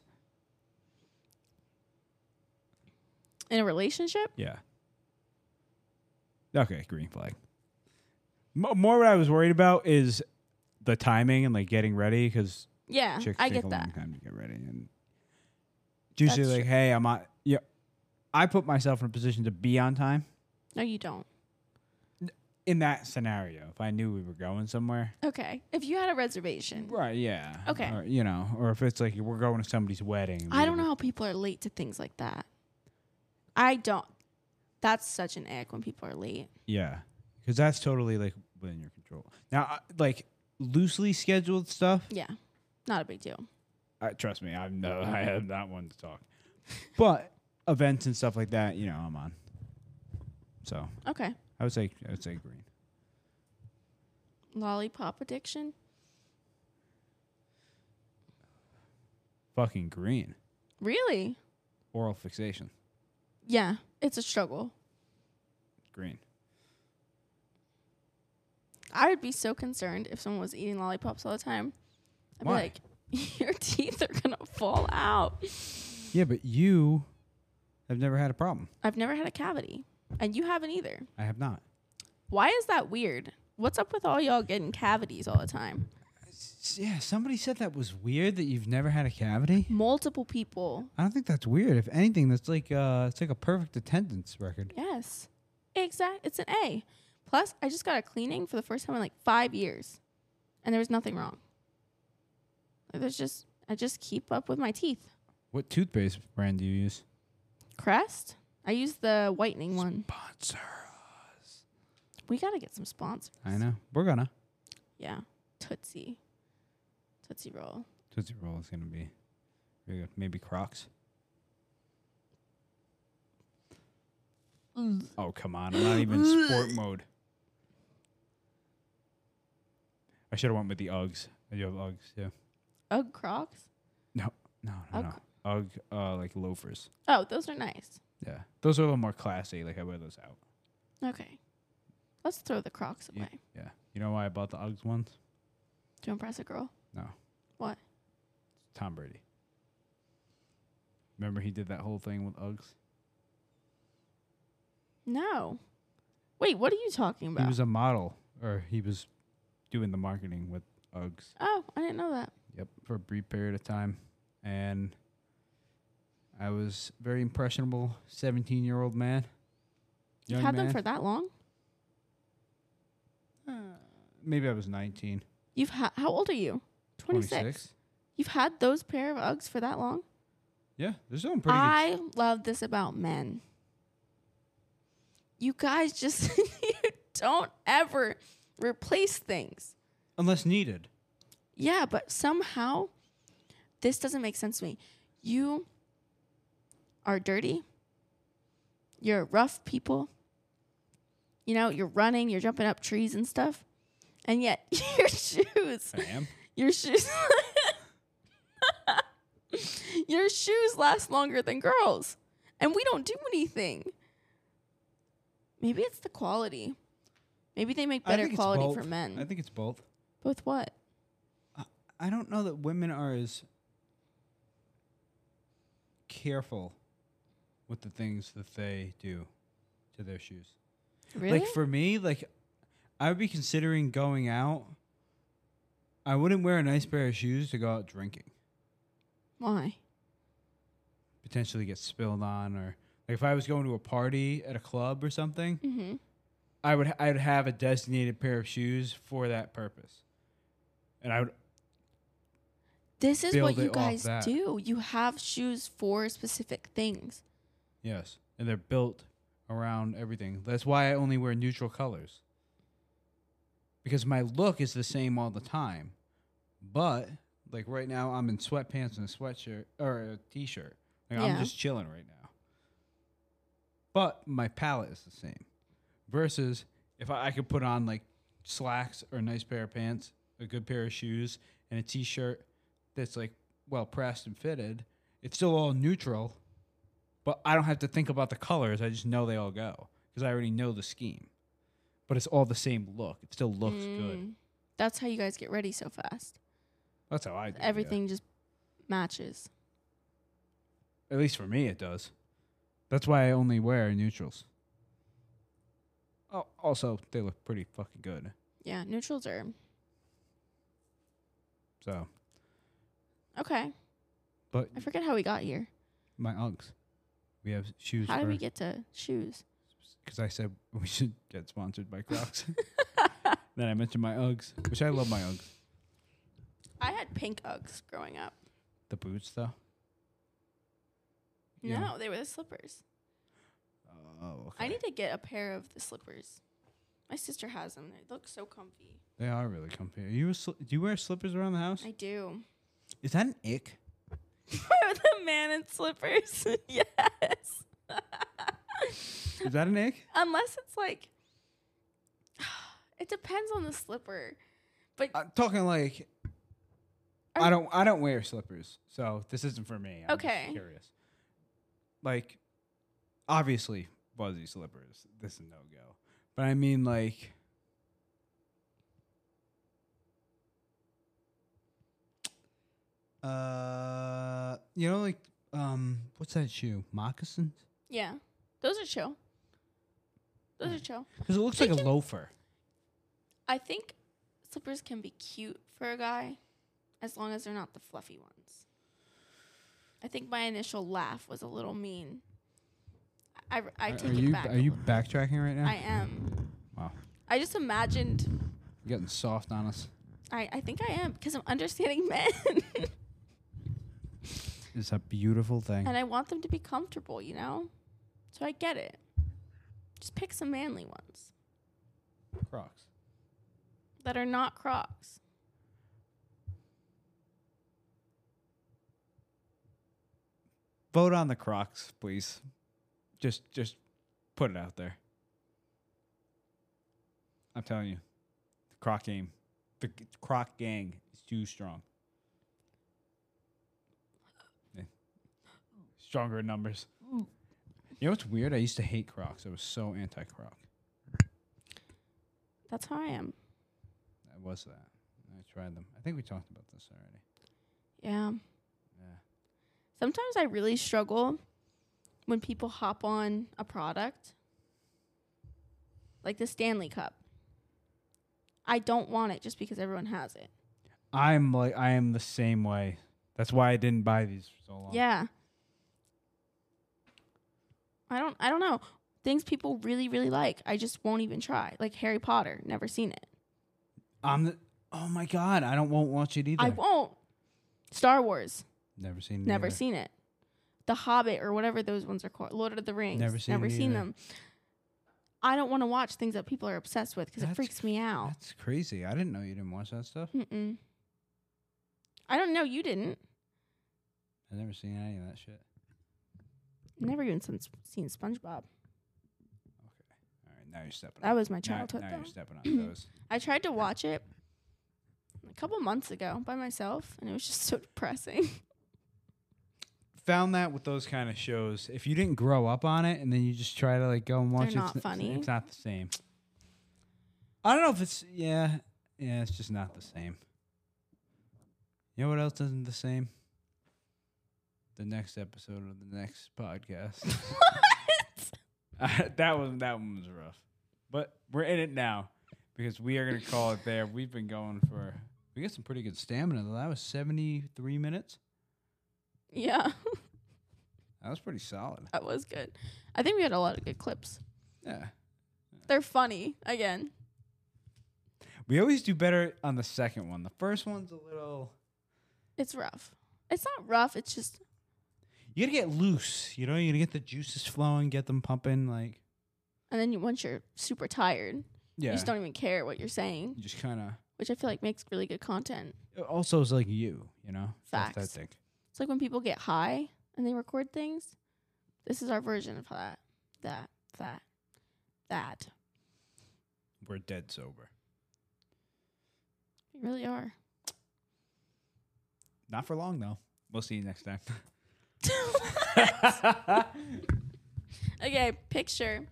Speaker 2: In a relationship?
Speaker 1: yeah okay green flag Mo more what i was worried about is the timing and like getting ready because
Speaker 2: Yeah,
Speaker 1: chicks
Speaker 2: I
Speaker 1: take
Speaker 2: get
Speaker 1: a long
Speaker 2: that.
Speaker 1: time to get ready and it's usually
Speaker 2: That's
Speaker 1: like hey i'm on yeah i put myself in a position to be on time
Speaker 2: No, you don't.
Speaker 1: in that scenario if i knew we were going somewhere
Speaker 2: Okay. If you had a reservation,
Speaker 1: Right, yeah.
Speaker 2: Okay.
Speaker 1: Or, you know, or if it's like we're going to somebody's wedding.
Speaker 2: I don't
Speaker 1: we-
Speaker 2: know how people are late to things like that. I don't. That's such an ick when people are late.
Speaker 1: Yeah. Because that's totally like within your control. Now, I- like loosely scheduled stuff,
Speaker 2: Yeah, not a big deal.
Speaker 1: I, trust me, I'm no, I am not one to talk. But events and stuff like that, you know, I'm on. So
Speaker 2: Okay.
Speaker 1: I would say, I would say green.
Speaker 2: Lollipop addiction.
Speaker 1: Fucking green.
Speaker 2: Really?
Speaker 1: Oral fixation.
Speaker 2: Yeah, it's a struggle.
Speaker 1: Green.
Speaker 2: I would be so concerned if someone was eating lollipops all the time. I'd
Speaker 1: Why?
Speaker 2: be like, your teeth are gonna fall out.
Speaker 1: Yeah, but you have never had a problem.
Speaker 2: I've never had a cavity, and you haven't either.
Speaker 1: I have not.
Speaker 2: Why is that weird? What's up with all y'all getting cavities all the time?
Speaker 1: S- Yeah, somebody said that was weird that you've never had a cavity.
Speaker 2: Multiple people.
Speaker 1: I don't think that's weird. If anything, that's like uh, it's like a perfect attendance record.
Speaker 2: Yes. Exact. It's an A. Plus, I just got a cleaning for the first time in like five years, and there was nothing wrong. Like, There's just I just keep up with my teeth.
Speaker 1: What toothpaste brand do you use?
Speaker 2: Crest. I use the whitening one.
Speaker 1: Sponsor.
Speaker 2: We gotta get some sponsors.
Speaker 1: I know. We're gonna.
Speaker 2: Yeah. Tootsie. Tootsie roll.
Speaker 1: Tootsie Roll is gonna be very good. Maybe Crocs. Oh come on! I'm not even sport mode. I should have went with the Uggs. I do have Uggs, yeah.
Speaker 2: Ugg Crocs.
Speaker 1: No, no, no,
Speaker 2: Ugg.
Speaker 1: no. Ugg, uh, like loafers.
Speaker 2: Oh, those are nice.
Speaker 1: Yeah, those are a little more classy. Like I wear those out.
Speaker 2: Okay. Let's throw the Crocs away.
Speaker 1: Yeah. yeah. You know why I bought the Uggs ones?
Speaker 2: To impress a girl.
Speaker 1: No.
Speaker 2: What?
Speaker 1: Tom Brady. Remember he did that whole thing with Uggs.
Speaker 2: No. Wait, what are you talking
Speaker 1: He
Speaker 2: about?
Speaker 1: was a model, or he was doing the marketing with Uggs.
Speaker 2: oh, I didn't know that.
Speaker 1: Yep, for a brief period of time, and I was very impressionable, seventeen-year-old man.
Speaker 2: You
Speaker 1: Young
Speaker 2: had them
Speaker 1: man.
Speaker 2: for that long?
Speaker 1: maybe I was nineteen.
Speaker 2: You've ha- how old are you? 26. You've had those pair of Uggs for that long?
Speaker 1: Yeah, they're doing pretty. good.
Speaker 2: I love this about men. You guys just you don't ever replace things.
Speaker 1: unless needed.
Speaker 2: Yeah, but somehow this doesn't make sense to me. You are dirty. You're rough people. You know, you're running, you're jumping up trees and stuff. And yet your shoes
Speaker 10: I am.
Speaker 2: your shoes Your shoes last longer than girls. And we don't do anything. Maybe it's the quality. Maybe they make better quality for men.
Speaker 1: I think it's both.
Speaker 2: Both what?
Speaker 1: I don't know that women are as careful with the things that they do to their shoes.
Speaker 2: Really?
Speaker 1: Like for me, like I would be considering going out. I wouldn't wear a nice pair of shoes to go out drinking.
Speaker 2: Why?
Speaker 1: Potentially get spilled on, or like if I was going to a party at a club or something,
Speaker 2: Mm-hmm.
Speaker 1: I would I would have a designated pair of shoes for that purpose, and I would
Speaker 2: This is what
Speaker 1: build it
Speaker 2: you
Speaker 1: off
Speaker 2: guys
Speaker 1: that.
Speaker 2: do. You have shoes for specific things.
Speaker 1: Yes, and they're built around everything. That's why I only wear neutral colors. Because my look is the same all the time. But like right now I'm in sweatpants and a sweatshirt or a t-shirt. Like I'm
Speaker 2: Yeah.
Speaker 1: just chilling right now. But my palette is the same. Versus if I, I could put on like slacks or a nice pair of pants, a good pair of shoes, and a t-shirt that's like well pressed and fitted, it's still all neutral but I don't have to think about the colors. I just know they all go because I already know the scheme. But it's all the same look. It still looks good.
Speaker 2: Mm. That's how you guys get ready so fast.
Speaker 1: That's how I do it, yeah.
Speaker 2: Everything just matches.
Speaker 1: At least for me, it does. That's why I only wear neutrals. Oh, also they look pretty fucking good.
Speaker 2: Yeah, neutrals are
Speaker 1: So,
Speaker 2: okay.
Speaker 1: but
Speaker 2: I forget how we got here.
Speaker 1: my unks, we have shoes.
Speaker 2: How did we get to shoes?
Speaker 1: Because I said we should get sponsored by Crocs. then I mentioned my Uggs, which I love my Uggs.
Speaker 2: I had pink Uggs growing up.
Speaker 1: The boots though. Yeah.
Speaker 2: No, they were the slippers.
Speaker 1: Oh,
Speaker 2: I need to get a pair of the slippers. My sister has them. They look so comfy.
Speaker 1: They are really comfy. Are you a sli- do you wear slippers around the house?
Speaker 2: I do.
Speaker 1: Is that an ick?
Speaker 2: the man in slippers. yes.
Speaker 1: Is that an ick?
Speaker 2: Unless it's like, it depends on the slipper. But
Speaker 1: I'm talking like I don't I don't wear slippers, so this isn't for me. I'm just
Speaker 2: Okay.
Speaker 1: curious. Like obviously fuzzy slippers, this is no go. But I mean like uh you know like um what's that shoe? Moccasins?
Speaker 2: yeah, Mm. those are chill. Those are chill.
Speaker 1: Cuz it looks
Speaker 2: They
Speaker 1: like a
Speaker 2: can-
Speaker 1: loafer.
Speaker 2: I think Slippers can be cute for a guy as long as they're not the fluffy ones. I think my initial laugh was a little mean. I, I
Speaker 11: Are-
Speaker 2: take
Speaker 11: are
Speaker 2: it
Speaker 11: you
Speaker 2: back.
Speaker 11: are you backtracking right now?
Speaker 2: I am.
Speaker 11: wow,
Speaker 2: I just imagined.
Speaker 11: you're getting soft on us.
Speaker 2: I, I think I am because I'm understanding men.
Speaker 11: It's a beautiful thing.
Speaker 2: and I want them to be comfortable, you know? So I get it. Just pick some manly ones
Speaker 11: Crocs.
Speaker 2: that are not Crocs.
Speaker 1: Vote on the Crocs, please. Just just put it out there. I'm telling you, the Croc game, the g- Croc gang is too strong. Yeah. Stronger in numbers. You know what's weird? I used to hate Crocs. I was so anti-Croc.
Speaker 2: That's how I am.
Speaker 1: I was that. I tried them. I think we talked about this already.
Speaker 2: Yeah.
Speaker 1: Yeah.
Speaker 2: Sometimes I really struggle when people hop on a product like the Stanley Cup. I don't want it just because everyone has it.
Speaker 1: I'm like I am the same way. That's why I didn't buy these for so long.
Speaker 2: Yeah. I don't I don't know. Things people really really like, I just won't even try. Like Harry Potter, never seen it.
Speaker 1: I'm the, oh my god, I don't won't watch it either.
Speaker 2: I won't. Star Wars,
Speaker 1: Never seen it.
Speaker 2: never
Speaker 1: either.
Speaker 2: seen it. The Hobbit or whatever those ones are called, Lord of the Rings,
Speaker 1: Never seen
Speaker 2: never
Speaker 1: it
Speaker 2: seen
Speaker 1: either.
Speaker 2: them. I don't want to watch things that people are obsessed with because it
Speaker 1: That's
Speaker 2: freaks me out.
Speaker 1: That's crazy. I didn't know you didn't watch that stuff.
Speaker 2: Mm-mm. I don't know. You didn't.
Speaker 1: I've never seen any of that shit.
Speaker 2: Never even seen, seen SpongeBob.
Speaker 1: All right, now you're stepping.
Speaker 2: That
Speaker 1: on.
Speaker 2: was my
Speaker 1: Now-
Speaker 2: childhood.
Speaker 1: Now,
Speaker 2: though.
Speaker 1: you're stepping on those.
Speaker 2: I tried to watch it a couple months ago by myself, and it was just so depressing.
Speaker 1: Found that with those kind of shows, if you didn't grow up on it and then you just try to like go and watch it, it's
Speaker 2: not
Speaker 1: n-
Speaker 2: funny.
Speaker 1: It's not the same. I don't know if it's yeah, yeah. It's just not the same. You know what else isn't the same? The next episode of the next podcast. that was that one was rough, but we're in it now because we are gonna call it there. We've been going for we got some pretty good stamina. though. That was seventy three minutes.
Speaker 2: yeah,
Speaker 1: That was pretty solid.
Speaker 2: that was good. I think we had a lot of good clips.
Speaker 1: Yeah,
Speaker 2: They're funny again.
Speaker 1: we always do better on the second one. The first one's a little
Speaker 2: It's rough. It's not rough. It's just
Speaker 1: you gotta get loose. You know, you gotta get the juices flowing, get them pumping. Like
Speaker 2: and then you, once you're super tired,
Speaker 1: yeah,
Speaker 2: you just don't even care what you're saying,
Speaker 1: You just kind of.
Speaker 2: which I feel like makes really good content.
Speaker 1: Also, it's like you. You know, That's what
Speaker 2: Facts.
Speaker 1: I think.
Speaker 2: It's like when people get high and they record things. This is our version of that. That. That. That.
Speaker 1: We're dead sober.
Speaker 2: We really are.
Speaker 1: Not for long though. We'll see you next time.
Speaker 2: okay, picture.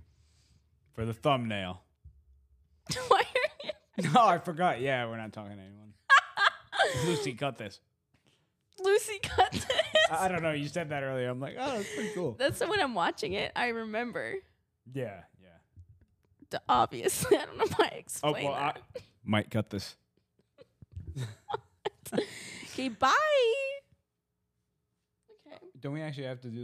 Speaker 1: for the thumbnail.
Speaker 2: Why are you-
Speaker 1: No, I forgot. Yeah, we're not talking to anyone. Lucy, cut this.
Speaker 2: Lucy cut this.
Speaker 1: I, I don't know. You said that earlier. I'm like, oh, that's pretty cool.
Speaker 2: That's when I'm watching it. I remember.
Speaker 1: yeah, yeah.
Speaker 2: The obvious. I don't know why I
Speaker 1: Oh,
Speaker 2: explained
Speaker 1: well, I
Speaker 2: that.
Speaker 1: might cut this.
Speaker 2: Okay, bye. Okay.
Speaker 1: Don't we actually have to do